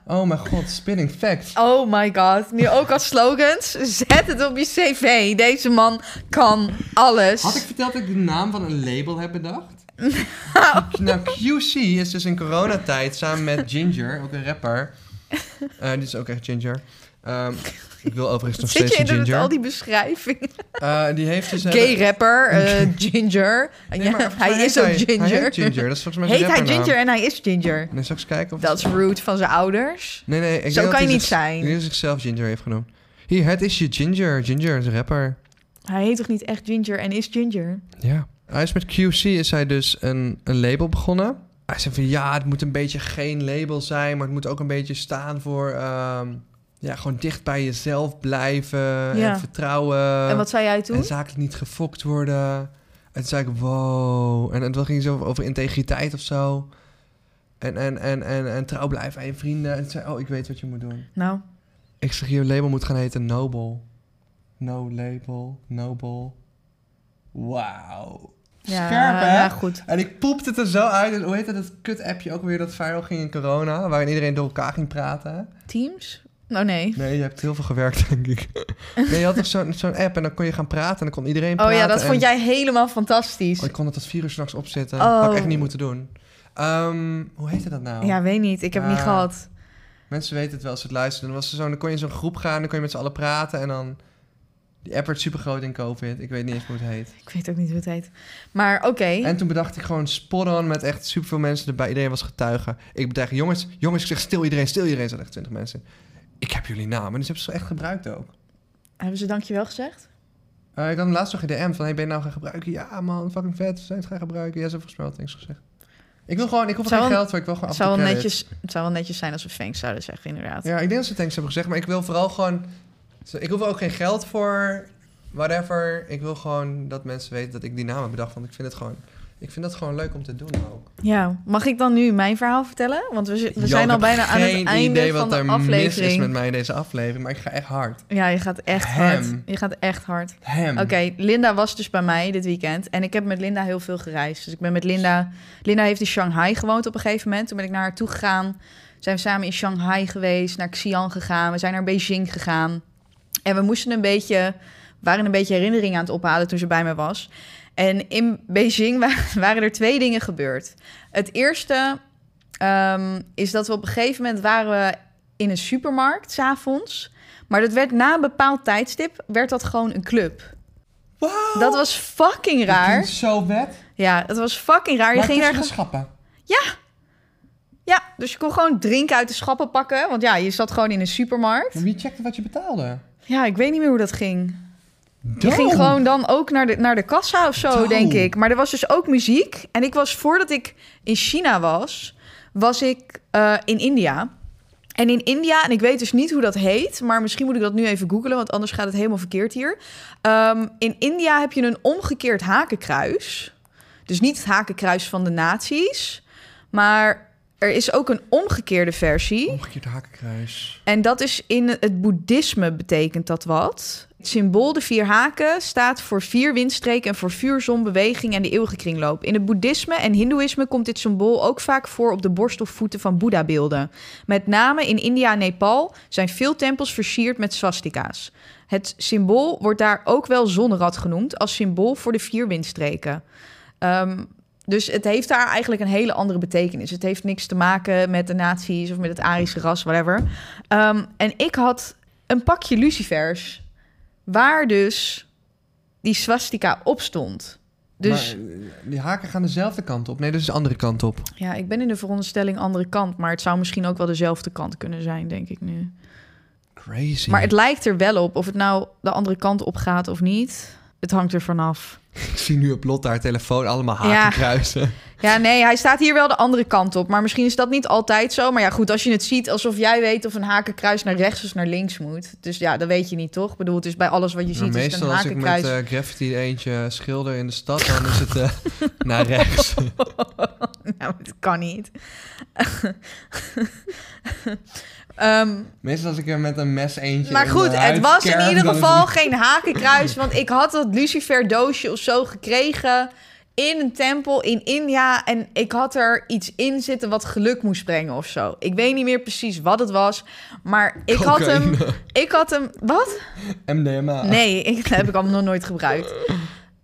Speaker 3: Oh mijn god, spinning facts.
Speaker 1: Oh my god. Nu ook als slogans. Zet het op je cv. Deze man kan alles.
Speaker 2: Had ik verteld dat ik de naam van een label heb bedacht? Nou, QC is dus in coronatijd samen met Ginger, ook een rapper. Eh dit is ook echt Ginger. Ehm, ik wil overigens nog
Speaker 1: Zit
Speaker 2: steeds
Speaker 1: je
Speaker 2: een
Speaker 1: in
Speaker 2: Ginger.
Speaker 1: al die beschrijvingen?
Speaker 2: Eh, die heeft dus...
Speaker 1: Gay rapper, eh, Ginger.
Speaker 2: Nee,
Speaker 1: Ja,
Speaker 2: maar volgens mij
Speaker 1: hij
Speaker 2: heet
Speaker 1: is ook
Speaker 2: Hij
Speaker 1: Ginger.
Speaker 2: heet Ginger, dat is volgens mij
Speaker 1: Heet
Speaker 2: zijn
Speaker 1: hij
Speaker 2: rappernaam.
Speaker 1: Ginger en hij is Ginger.
Speaker 2: Nee, zal ik eens kijken of...
Speaker 1: Dat is rude van zijn ouders.
Speaker 2: Nee, nee, ik denk
Speaker 1: Zo
Speaker 2: dat
Speaker 1: kan je
Speaker 2: hij dus-
Speaker 1: niet
Speaker 2: zich-
Speaker 1: zijn.
Speaker 2: ik denk dat hij zichzelf Ginger heeft genoemd. Hier, het is je Ginger. Ginger is een rapper.
Speaker 1: Hij heet toch niet echt Ginger en is Ginger?
Speaker 2: Ja. Hij is met QC is hij dus een, een label begonnen. Hij zei van ja, het moet een beetje geen label zijn, maar het moet ook een beetje staan voor ehm, ja, gewoon dicht bij jezelf blijven
Speaker 1: Ja.
Speaker 2: en vertrouwen.
Speaker 1: en wat zei jij toen?
Speaker 2: en zakelijk niet gefokt worden. En toen zei ik wow. En, en toen ging het over, over integriteit of zo. En, en, en, en, en trouw blijven aan je vrienden. En toen zei oh, ik weet wat je moet doen.
Speaker 1: Nou,
Speaker 2: Ik zeg, je label moet gaan heten Noble. No label, Noble.
Speaker 3: Wauw.
Speaker 1: ja,
Speaker 3: Scherp hè?
Speaker 1: ja, goed.
Speaker 2: En ik poepte het er zo uit. En hoe heette dat kut-appje ook weer dat viral ging in corona? Waarin iedereen door elkaar ging praten.
Speaker 1: Teams? Nou nee.
Speaker 2: Nee, je hebt heel veel gewerkt, denk ik. Nee, je had toch zo'n zo'n app en dan kon je gaan praten en dan kon iedereen
Speaker 1: Oh
Speaker 2: praten.
Speaker 1: ja, dat
Speaker 2: en-
Speaker 1: vond jij helemaal fantastisch.
Speaker 2: Oh, ik kon het tot vier uur s'nachts opzitten.
Speaker 1: Oh.
Speaker 2: Had ik echt niet moeten doen. Ehm, hoe heette dat nou?
Speaker 1: Ja, weet niet. Ik heb het niet
Speaker 2: Ah.
Speaker 1: gehad.
Speaker 2: Mensen weten het wel als ze het luisteren. Dan, was er zo'n- dan kon je in zo'n groep gaan, dan kon je met z'n allen praten en dan... Die app werd super groot in COVID. Ik weet niet eens hoe het heet.
Speaker 1: Ik weet ook niet hoe het heet. Maar oké.
Speaker 2: En toen bedacht ik gewoon spot-on met echt superveel mensen erbij. Iedereen was getuige. Ik bedacht, jongens, jongens, ik zeg stil iedereen, stil iedereen. Zat echt 20 mensen. Ik heb jullie namen. Dus hebben ze echt gebruikt ook.
Speaker 1: Hebben ze dankjewel gezegd?
Speaker 2: Eh, ik had hem laatst nog in DM van, hey, ben je nou gaan gebruiken? Ja man, fucking vet. We zijn het gaan gebruiken. Ja, ze hebben volgens mij wel thanks gezegd. Ik wil gewoon, ik hoef
Speaker 1: Zou
Speaker 2: geen
Speaker 1: wel-
Speaker 2: geld voor. Ik wil gewoon
Speaker 1: Het
Speaker 2: af
Speaker 1: zou,
Speaker 2: en
Speaker 1: wel
Speaker 2: toe credit.
Speaker 1: netjes, het zou wel netjes zijn als we thanks zouden zeggen, inderdaad.
Speaker 2: Ja, ik denk dat ze thanks hebben gezegd. Maar ik wil vooral gewoon... Ik hoef er ook geen geld voor, whatever. Ik wil gewoon dat mensen weten dat ik die namen bedacht. Want ik vind het gewoon... Ik vind dat gewoon leuk om te doen ook.
Speaker 1: Ja, mag ik dan nu mijn verhaal vertellen? Want we, zi- we
Speaker 2: Yo,
Speaker 1: zijn al
Speaker 2: ik heb
Speaker 1: bijna aan het
Speaker 2: geen
Speaker 1: einde
Speaker 2: idee
Speaker 1: van
Speaker 2: wat
Speaker 1: de
Speaker 2: er mis is
Speaker 1: aflevering.
Speaker 2: met mij in deze aflevering, maar ik ga echt hard.
Speaker 1: Ja, je gaat echt hard.
Speaker 2: Hem.
Speaker 1: Je gaat echt hard.
Speaker 3: Hem.
Speaker 1: Oké, Linda was dus bij mij dit weekend. En ik heb met Linda heel veel gereisd. Dus ik ben met Linda... Linda heeft in Shanghai gewoond op een gegeven moment. Toen ben ik naar haar toe gegaan. Zijn we samen in Shanghai geweest, naar Xi'an gegaan. We zijn naar Beijing gegaan. En we moesten een beetje... waren een beetje herinneringen aan het ophalen toen ze bij mij was. En in Beijing wa- waren er twee dingen gebeurd. Het eerste ehm, is dat we op een gegeven moment waren we in een supermarkt, s'avonds. Maar dat werd na een bepaald tijdstip, werd dat gewoon een club.
Speaker 3: Wauw.
Speaker 1: Dat was fucking
Speaker 3: Dat klinkt
Speaker 1: raar.
Speaker 3: zo wet.
Speaker 1: Ja, dat was fucking raar. Je
Speaker 3: Maar
Speaker 1: ging
Speaker 3: tussen
Speaker 1: daar...
Speaker 3: de
Speaker 1: ge-
Speaker 3: schappen.
Speaker 1: Ja, dus je kon gewoon drinken uit de schappen pakken. Want ja, je zat gewoon in een supermarkt.
Speaker 3: En wie checkte wat je betaalde?
Speaker 1: Ja, ik weet niet meer hoe dat ging. Je
Speaker 3: Doe.
Speaker 1: ging gewoon dan ook naar de, naar de kassa of zo,
Speaker 3: Doe.
Speaker 1: denk ik. Maar er was dus ook muziek. En ik was, voordat ik in China was, was ik eh, in India. En in India, en ik weet dus niet hoe dat heet, maar misschien moet ik dat nu even googlen, want anders gaat het helemaal verkeerd hier. Ehm, in India heb je een omgekeerd hakenkruis. Dus niet het hakenkruis van de nazi's, maar er is ook een omgekeerde versie.
Speaker 2: Omgekeerd hakenkruis.
Speaker 1: En dat is in het boeddhisme betekent dat wat. Het symbool, de vier haken, staat voor vier windstreken en voor vuur, zon, beweging en de eeuwige kringloop. In het boeddhisme en hindoeïsme komt dit symbool ook vaak voor op de borst of voeten van Boeddha-beelden. Met name in India en Nepal zijn veel tempels versierd met swastika's. Het symbool wordt daar ook wel zonnerad genoemd als symbool voor de vier windstreken. Ehm, dus het heeft daar eigenlijk een hele andere betekenis. Het heeft niks te maken met de nazi's of met het Arische ras, whatever. Ehm, en ik had een pakje lucifers, waar dus die swastika op stond. Dus
Speaker 2: Maar, eh, die haken gaan dezelfde kant op. Nee, dus de andere kant op.
Speaker 1: ja, ik ben in de veronderstelling andere kant, maar het zou misschien ook wel dezelfde kant kunnen zijn, denk ik nu.
Speaker 2: Crazy.
Speaker 1: Maar het lijkt er wel op, of het nou de andere kant op gaat of niet. Het hangt er vanaf.
Speaker 2: Ik zie nu op Lot haar telefoon allemaal haken
Speaker 1: Ja.
Speaker 2: kruisen.
Speaker 1: Ja, nee, hij staat hier wel de andere kant op. Maar misschien is dat niet altijd zo. Maar ja, goed, als je het ziet alsof jij weet of een hakenkruis naar rechts of naar links moet. Dus ja, dat weet je niet, toch? Ik bedoel, het is bij alles wat je
Speaker 2: Maar
Speaker 3: Nou,
Speaker 1: ziet is het een
Speaker 2: meestal als ik met
Speaker 1: hakenkruis.
Speaker 2: eh, graffiti eentje schilder in de stad, dan is het eh, naar rechts. eh,
Speaker 1: Nou, dat kan niet. Ehm,
Speaker 3: Meestal als ik er met een mes eentje
Speaker 1: maar
Speaker 3: in
Speaker 1: goed,
Speaker 3: mijn
Speaker 1: het
Speaker 3: huid
Speaker 1: was in
Speaker 3: kerf,
Speaker 1: ieder
Speaker 3: eh, dan is
Speaker 1: geval
Speaker 3: het-
Speaker 1: geen hakenkruis. Want ik had dat lucifer doosje of zo gekregen in een tempel in India. En ik had er iets in zitten wat geluk moest brengen of zo. Ik weet niet meer precies wat het was. Maar ik had hem...
Speaker 2: Cocaïne.
Speaker 1: Ik had hem... Wat?
Speaker 3: MDMA.
Speaker 1: Nee, ik, dat heb ik al nog nooit gebruikt.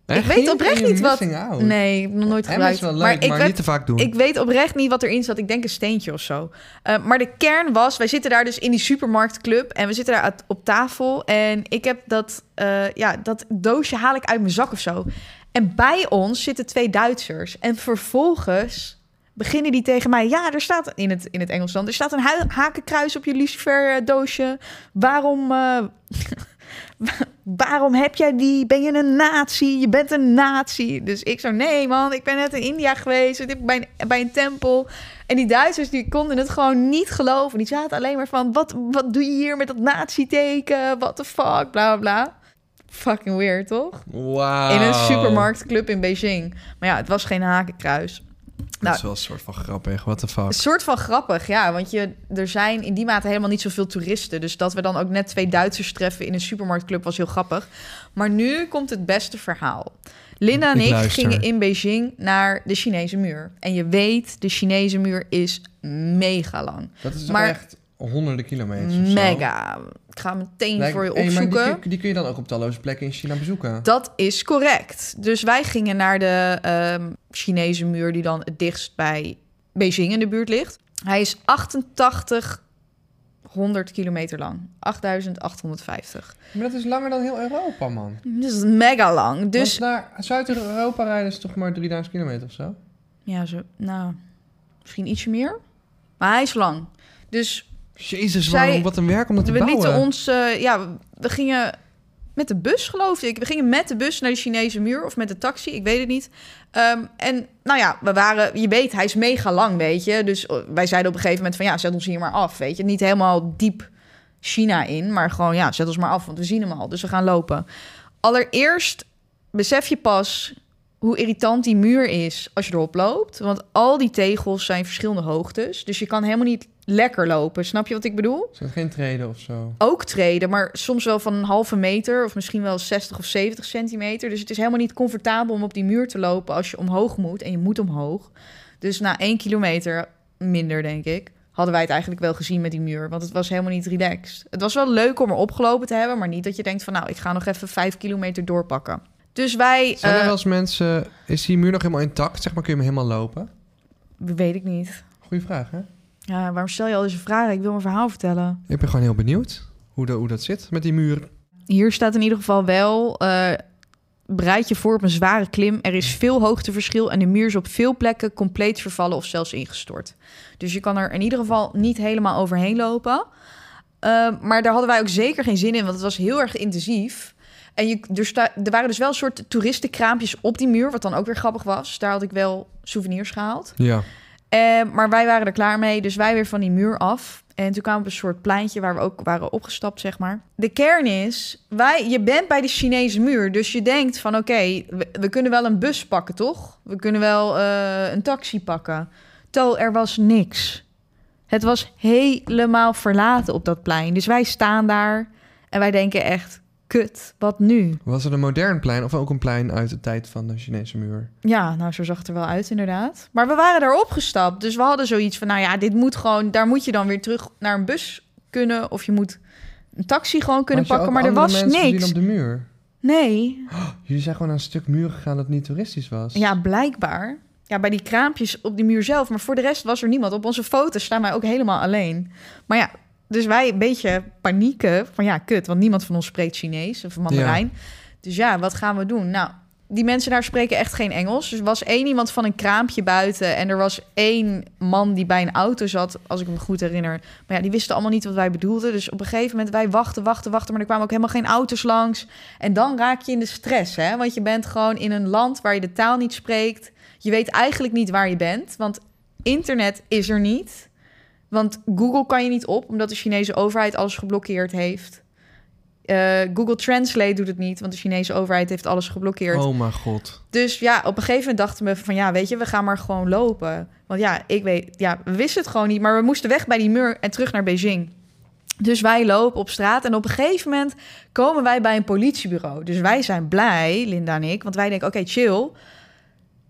Speaker 2: Echt
Speaker 1: weet oprecht
Speaker 3: You're
Speaker 1: niet wat-
Speaker 3: missing out.
Speaker 1: Nee, ik heb nog nooit
Speaker 3: Oh. Hem is
Speaker 1: gebruikt.
Speaker 3: wel leuk,
Speaker 1: maar ik
Speaker 2: maar
Speaker 1: werd
Speaker 2: niet te vaak doen.
Speaker 1: Ik weet oprecht niet wat erin zat. Ik denk een steentje of zo. Eh, maar de kern was, wij zitten daar dus in die supermarktclub en we zitten daar at- op tafel. En ik heb dat, eh, ja, dat doosje haal ik uit mijn zak of zo. En bij ons zitten twee Duitsers. En vervolgens beginnen die tegen mij. Ja, er staat in het, in het Engels dan. Er staat een hu- hakenkruis op je lucifer eh, doosje. Waarom, eh, wa- waarom heb jij die? Ben je een nazi? Je bent een nazi. Dus ik zo, nee man, ik ben net in India geweest. Ik heb bij een, bij een tempel. En die Duitsers die konden het gewoon niet geloven. Die zaten alleen maar van, wat, wat doe je hier met dat nazi-teken? What the fuck? Bla, bla, bla. Fucking weird, toch?
Speaker 2: Wauw.
Speaker 1: In een supermarktclub in Beijing. Maar ja, het was geen hakenkruis. Nou.
Speaker 2: Dat is wel een soort van grappig, what the fuck.
Speaker 1: Een soort van grappig, ja. Want je, er zijn in die mate helemaal niet zoveel toeristen. Dus dat we dan ook net twee Duitsers treffen in een supermarktclub was heel grappig. Maar nu komt het beste verhaal. Linda en
Speaker 2: Ik
Speaker 1: ik,
Speaker 2: luister.
Speaker 1: gingen in Beijing naar de Chinese muur. En je weet, de Chinese muur is mega lang.
Speaker 3: Dat is
Speaker 1: Maar-
Speaker 3: maar... echt honderden kilometers of zo.
Speaker 1: Mega. Ik ga hem meteen
Speaker 3: Lijkt-
Speaker 1: voor je
Speaker 3: Hey, maar die
Speaker 1: opzoeken.
Speaker 3: kun- die, kun je dan ook op talloze plekken in China bezoeken.
Speaker 1: Dat is correct. Dus wij gingen naar de ehm, Chinese muur die dan het dichtst bij Beijing in de buurt ligt. Hij is 8800 kilometer lang. 8850.
Speaker 3: Maar dat is langer dan heel Europa, man.
Speaker 1: Dus Dat is mega lang. Dus
Speaker 3: Want naar Zuid-Europa rijden is toch maar 3000 kilometer of zo?
Speaker 1: ja, zo, nou, misschien ietsje meer. Maar hij is lang. Dus
Speaker 2: Jezus,
Speaker 1: Zij-
Speaker 2: waarom- wat een werk om dat te
Speaker 1: we
Speaker 2: bouwen.
Speaker 1: lieten ons... eh, ja, we gingen met de bus, geloof ik. We gingen met de bus naar de Chinese muur of met de taxi, ik weet het niet. Ehm, en nou ja, we waren... Je weet, hij is mega lang, weet je. Dus eh, wij zeiden op een gegeven moment van... Ja, zet ons hier maar af, weet je. Niet helemaal diep China in, maar gewoon... Ja, zet ons maar af, want we zien hem al. Dus we gaan lopen. Allereerst besef je pas hoe irritant die muur is als je erop loopt. Want al die tegels zijn verschillende hoogtes. Dus je kan helemaal niet lekker lopen. Snap je wat ik bedoel?
Speaker 3: Zijn het geen treden of zo?
Speaker 1: ook treden, maar soms wel van een halve meter of misschien wel 60 of 70 centimeter. Dus het is helemaal niet comfortabel om op die muur te lopen als je omhoog moet en je moet omhoog. Dus na één kilometer minder, denk ik, hadden wij het eigenlijk wel gezien met die muur, want het was helemaal niet relaxed. Het was wel leuk om er opgelopen te hebben, maar niet dat je denkt van nou, ik ga nog even vijf kilometer doorpakken. Dus wij,
Speaker 2: Zijn er
Speaker 1: eh,
Speaker 2: wel eens mensen... Is die muur nog helemaal intact? Zeg maar, kun je hem helemaal lopen?
Speaker 1: weet ik niet.
Speaker 3: Goeie vraag, hè?
Speaker 1: Ja, waarom stel je al deze vragen? Ik wil mijn verhaal vertellen.
Speaker 2: Ik ben gewoon heel benieuwd hoe, de, hoe dat zit met die muur.
Speaker 1: Hier staat in ieder geval wel. eh, bereid je voor op een zware klim. Er is veel hoogteverschil en de muur is op veel plekken compleet vervallen of zelfs ingestort. Dus je kan er in ieder geval niet helemaal overheen lopen. Eh, maar daar hadden wij ook zeker geen zin in, want het was heel erg intensief. En je, er, sta, er waren dus wel een soort toeristenkraampjes op die muur, wat dan ook weer grappig was. Daar had ik wel souvenirs gehaald.
Speaker 2: Ja.
Speaker 1: Eh, maar wij waren er klaar mee, dus wij weer van die muur af. En toen kwamen we op een soort pleintje waar we ook waren opgestapt, zeg maar. De kern is, wij, je bent bij de Chinese muur, dus je denkt van... oké, we, we kunnen wel een bus pakken, toch? We kunnen wel eh, een taxi pakken. Toe, er was niks. Het was helemaal verlaten op dat plein. Dus wij staan daar en wij denken echt, kut, wat nu?
Speaker 2: Was het een modern plein of ook een plein uit de tijd van de Chinese muur?
Speaker 1: Ja, nou, zo zag het er wel uit, inderdaad. Maar we waren daar opgestapt. Dus we hadden zoiets van: nou ja, dit moet gewoon. Daar moet je dan weer terug naar een bus kunnen. Of je moet een taxi gewoon kunnen
Speaker 3: Had je
Speaker 1: pakken.
Speaker 3: ook
Speaker 1: Maar er
Speaker 3: andere
Speaker 1: was
Speaker 3: mensen gezien
Speaker 1: niks.
Speaker 3: op de muur.
Speaker 1: Nee.
Speaker 3: Jullie zijn gewoon aan een stuk muur gegaan dat niet toeristisch was.
Speaker 1: Ja, blijkbaar. Ja, bij die kraampjes op die muur zelf. Maar voor de rest was er niemand. Op onze foto's staan wij ook helemaal alleen. Maar ja, dus wij een beetje panieken. Van ja, kut. Want niemand van ons spreekt Chinees of Mandarijn. Dus ja, wat gaan we doen? Nou, die mensen daar spreken echt geen Engels. Dus er was één iemand van een kraampje buiten en er was één man die bij een auto zat, als ik me goed herinner. Maar ja, die wisten allemaal niet wat wij bedoelden. Dus op een gegeven moment, wij wachten, wachten, wachten, maar er kwamen ook helemaal geen auto's langs. En dan raak je in de stress, hè? Want je bent gewoon in een land waar je de taal niet spreekt. Je weet eigenlijk niet waar je bent, want internet is er niet. Want Google kan je niet op, omdat de Chinese overheid alles geblokkeerd heeft. Eh, Google Translate doet het niet, want de Chinese overheid heeft alles geblokkeerd.
Speaker 2: Oh mijn god.
Speaker 1: Dus ja, op een gegeven moment dachten we van ja, weet je, we gaan maar gewoon lopen. Want ja, ik weet, ja, we wisten het gewoon niet, maar we moesten weg bij die muur en terug naar Beijing. Dus wij lopen op straat en op een gegeven moment komen wij bij een politiebureau. Dus wij zijn blij, Linda en ik, want wij denken: oké, chill.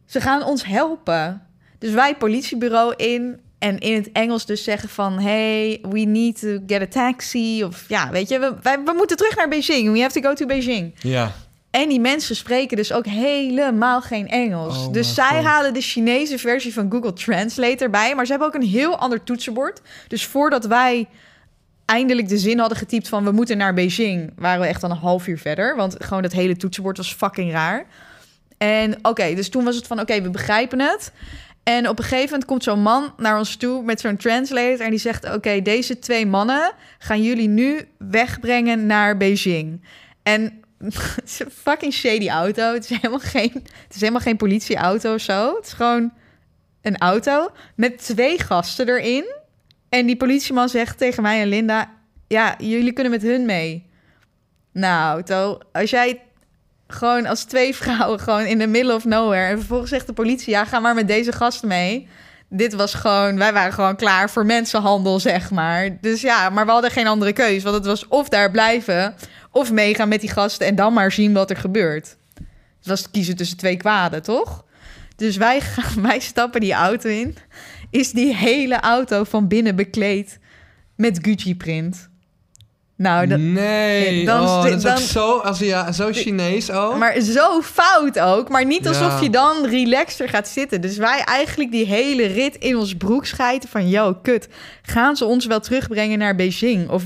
Speaker 1: Ze gaan ons helpen. Dus wij politiebureau in en in het Engels dus zeggen van... hey, we need to get a taxi. Of ja, weet je, we, wij- we moeten terug naar Beijing. We have to go to Beijing.
Speaker 2: Ja.
Speaker 1: En die mensen spreken dus ook helemaal geen Engels.
Speaker 2: Oh
Speaker 1: dus
Speaker 2: mijn
Speaker 1: zij
Speaker 2: God.
Speaker 1: halen de Chinese versie van Google Translate erbij. Maar ze hebben ook een heel ander toetsenbord. Dus voordat wij eindelijk de zin hadden getypt van... we moeten naar Beijing, waren we echt al een half uur verder. Want gewoon dat hele toetsenbord was fucking raar. En oké, dus toen was het van... oké, we begrijpen het. En op een gegeven moment komt zo'n man naar ons toe met zo'n translator... en die zegt, oké, deze twee mannen gaan jullie nu wegbrengen naar Beijing. En het is een fucking shady auto. Het is helemaal geen, het is helemaal geen politieauto of zo. Het is gewoon een auto met twee gasten erin. En die politieman zegt tegen mij en Linda... ja, jullie kunnen met hun mee. Nou, To, als jij gewoon als twee vrouwen... gewoon in the middle of nowhere... en vervolgens zegt de politie... ja, ga maar met deze gast mee... Dit was gewoon, wij waren gewoon klaar voor mensenhandel, zeg maar. Dus ja, maar we hadden geen andere keus. Want het was of daar blijven, of meegaan met die gasten en dan maar zien wat er gebeurt. Het was kiezen tussen twee kwaden, toch? Dus wij, gaan, wij stappen die auto in. Is die hele auto van binnen bekleed met Gucci-print. Nou, dat,
Speaker 2: nee.
Speaker 1: dan
Speaker 2: oh,
Speaker 1: sti-
Speaker 2: dat is
Speaker 1: dan-
Speaker 2: ook zo, Azia, zo Chinees ook.
Speaker 1: maar zo fout ook. Maar niet alsof
Speaker 2: Oh. Ja.
Speaker 1: je dan relaxter gaat zitten. Dus wij eigenlijk die hele rit in ons broek schijten van... yo, kut, gaan ze ons wel terugbrengen naar Beijing? Of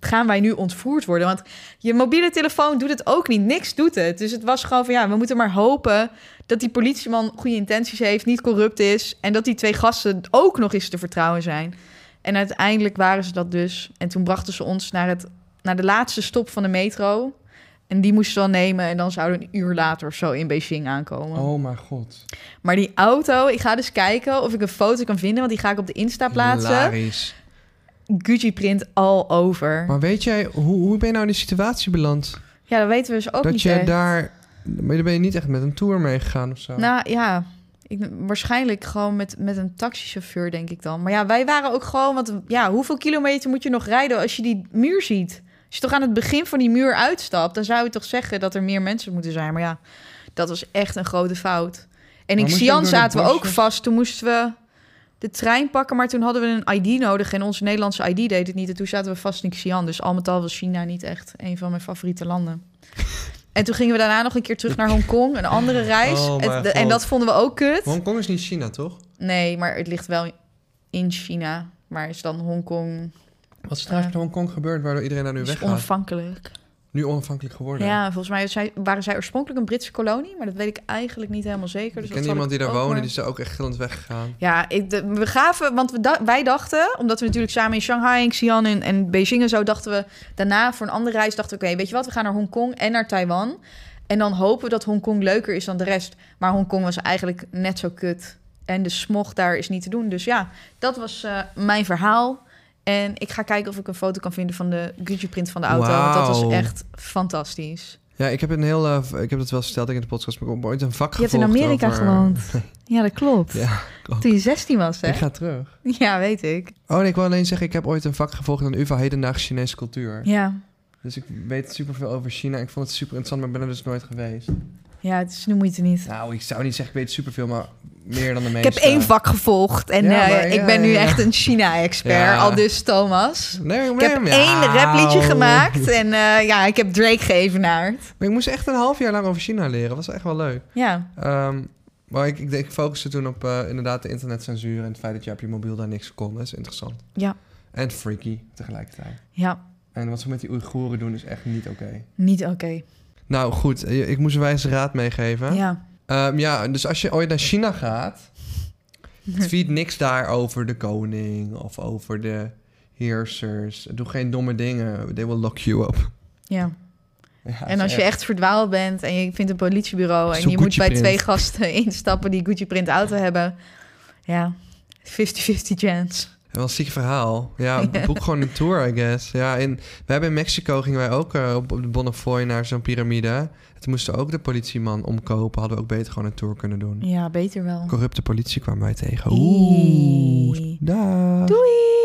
Speaker 1: gaan wij nu ontvoerd worden? Want je mobiele telefoon doet het ook niet. Niks doet het. Dus het was gewoon van... ja, we moeten maar hopen dat die politieman goede intenties heeft... niet corrupt is... en dat die twee gasten ook nog eens te vertrouwen zijn. En uiteindelijk waren ze dat dus. En toen brachten ze ons naar, het, naar de laatste stop van de metro... En die moesten ze dan nemen en dan zouden we een uur later of zo in Beijing aankomen.
Speaker 3: Oh mijn god.
Speaker 1: Maar die auto, ik ga dus kijken of ik een foto kan vinden, want die ga ik op de Insta plaatsen.
Speaker 2: Hilarisch.
Speaker 1: Gucci print al over.
Speaker 2: Maar weet jij, hoe, hoe ben je nou in die situatie beland?
Speaker 1: Ja, dat weten we dus ook
Speaker 2: dat
Speaker 1: niet
Speaker 2: je
Speaker 1: echt.
Speaker 2: daar... Maar dan ben je niet echt met een tour meegegaan of zo.
Speaker 1: Nou ja, ik, waarschijnlijk gewoon met, met een taxichauffeur denk ik dan. Maar ja, wij waren ook gewoon, want ja, hoeveel kilometer moet je nog rijden als je die muur ziet? Als je toch aan het begin van die muur uitstapt, dan zou je toch zeggen dat er meer mensen moeten zijn. Maar ja, dat was echt een grote fout. En in
Speaker 3: moest je ook
Speaker 1: Xi'an
Speaker 3: door de
Speaker 1: zaten we ook
Speaker 3: bossen?
Speaker 1: vast. Toen moesten we de trein pakken, maar toen hadden we een ID nodig. En onze Nederlandse ID deed het niet. En toen zaten we vast in Xi'an. Dus al met al was China niet echt een van mijn favoriete landen. En toen gingen we daarna nog een keer terug naar Hongkong, een andere reis.
Speaker 2: Oh,
Speaker 1: en,
Speaker 2: mijn
Speaker 1: de- en
Speaker 2: God.
Speaker 1: dat vonden we ook kut.
Speaker 2: Hongkong is niet China, toch?
Speaker 1: Nee, maar het ligt wel in China. Maar is dan Hongkong
Speaker 2: Wat is trouwens in Hongkong gebeurd waardoor iedereen daar nu
Speaker 1: is
Speaker 2: weggaat?
Speaker 1: onafhankelijk.
Speaker 2: Nu onafhankelijk geworden.
Speaker 1: Ja, volgens mij zij- waren zij oorspronkelijk een Britse kolonie, maar dat weet ik eigenlijk niet helemaal zeker. Dus
Speaker 2: ik
Speaker 1: dat
Speaker 2: ken
Speaker 1: zal
Speaker 2: iemand die daar
Speaker 1: ook
Speaker 2: woonde,
Speaker 1: maar-
Speaker 2: die is daar ook echt gillend weggegaan.
Speaker 1: Ja, ik, de- we gaven, want we da- wij dachten, omdat we natuurlijk samen in Shanghai en Xi'an en, en Beijing en zo dachten we, daarna voor een andere reis dachten we, oké, weet je wat, we gaan naar Hongkong en naar Taiwan. En dan hopen we dat Hongkong leuker is dan de rest. Maar Hongkong was eigenlijk net zo kut. En de smog daar is niet te doen. Dus ja, dat was eh, mijn verhaal. En ik ga kijken of ik een foto kan vinden van de Gucci-print van de auto. Want dat
Speaker 2: Wauw.
Speaker 1: was echt fantastisch.
Speaker 2: Ja, ik heb een heel... eh, v- ik heb dat wel eens verteld in de podcast, maar ik heb ooit een vak
Speaker 1: Je hebt in
Speaker 2: gevolgd
Speaker 1: Amerika
Speaker 2: over-
Speaker 1: gewoond. Ja, dat klopt.
Speaker 2: Ja, ook.
Speaker 1: Toen je 16 was, hè?
Speaker 2: Ik ga terug.
Speaker 1: Ja, weet ik.
Speaker 2: Oh nee, ik wil alleen zeggen, ik heb ooit een vak gevolgd aan UvA Hedendaagse Chinese Cultuur.
Speaker 1: Ja.
Speaker 2: Dus ik weet superveel over China. Ik vond het super interessant, maar ik ben er dus nooit geweest.
Speaker 1: Ja, het is nu moeite niet.
Speaker 2: Nou, ik zou niet zeggen ik weet superveel, maar meer dan de
Speaker 1: Ik
Speaker 2: meeste.
Speaker 1: heb één vak gevolgd en
Speaker 2: eh, Ja,
Speaker 1: eh,
Speaker 2: maar
Speaker 1: ik
Speaker 2: ja,
Speaker 1: ben nu
Speaker 2: ja.
Speaker 1: echt een China-expert,
Speaker 2: Ja.
Speaker 1: al dus Thomas.
Speaker 2: Nee,
Speaker 1: Ik heb één rapliedje gemaakt en eh, ja, ik heb Drake geëvenaard.
Speaker 2: Maar ik moest echt een half jaar lang over China leren. was echt wel leuk.
Speaker 1: Ja,
Speaker 2: Ehm, maar ik, ik, ik focuste toen op eh, inderdaad de internetcensuur... en het feit dat je op je mobiel daar niks kon. Dat is interessant.
Speaker 1: Ja.
Speaker 2: En freaky tegelijkertijd.
Speaker 1: ja,
Speaker 2: En wat ze met die Oeigoeren doen is echt niet oké.
Speaker 1: niet oké.
Speaker 2: Nou goed, eh, ik moest een wijze raad meegeven. Ja.
Speaker 1: Ja.
Speaker 2: ja, dus als je ooit naar China gaat, tweet niks daar over de koning of over de heersers. Doe geen domme dingen. They will lock you up.
Speaker 1: ja.
Speaker 2: Ja,
Speaker 1: En als je echt verdwaald bent en je vindt een politiebureau... en
Speaker 2: Zo'n
Speaker 1: je moet bij
Speaker 2: Gucci-print.
Speaker 1: twee gasten instappen die Gucci print auto hebben... ja, 50-50 chance.
Speaker 2: Wel een ziek verhaal. Ja, boek gewoon een tour, I guess. Ja, in, we hebben in Mexico gingen wij ook eh, op, op de Bonnefoy naar zo'n piramide. Toen moesten we ook de politieman omkopen. Hadden we ook beter gewoon een tour kunnen doen.
Speaker 1: Ja, beter wel.
Speaker 2: Corrupte politie kwamen wij tegen. Oeh.
Speaker 1: Eee.
Speaker 2: Daag.
Speaker 1: Doei!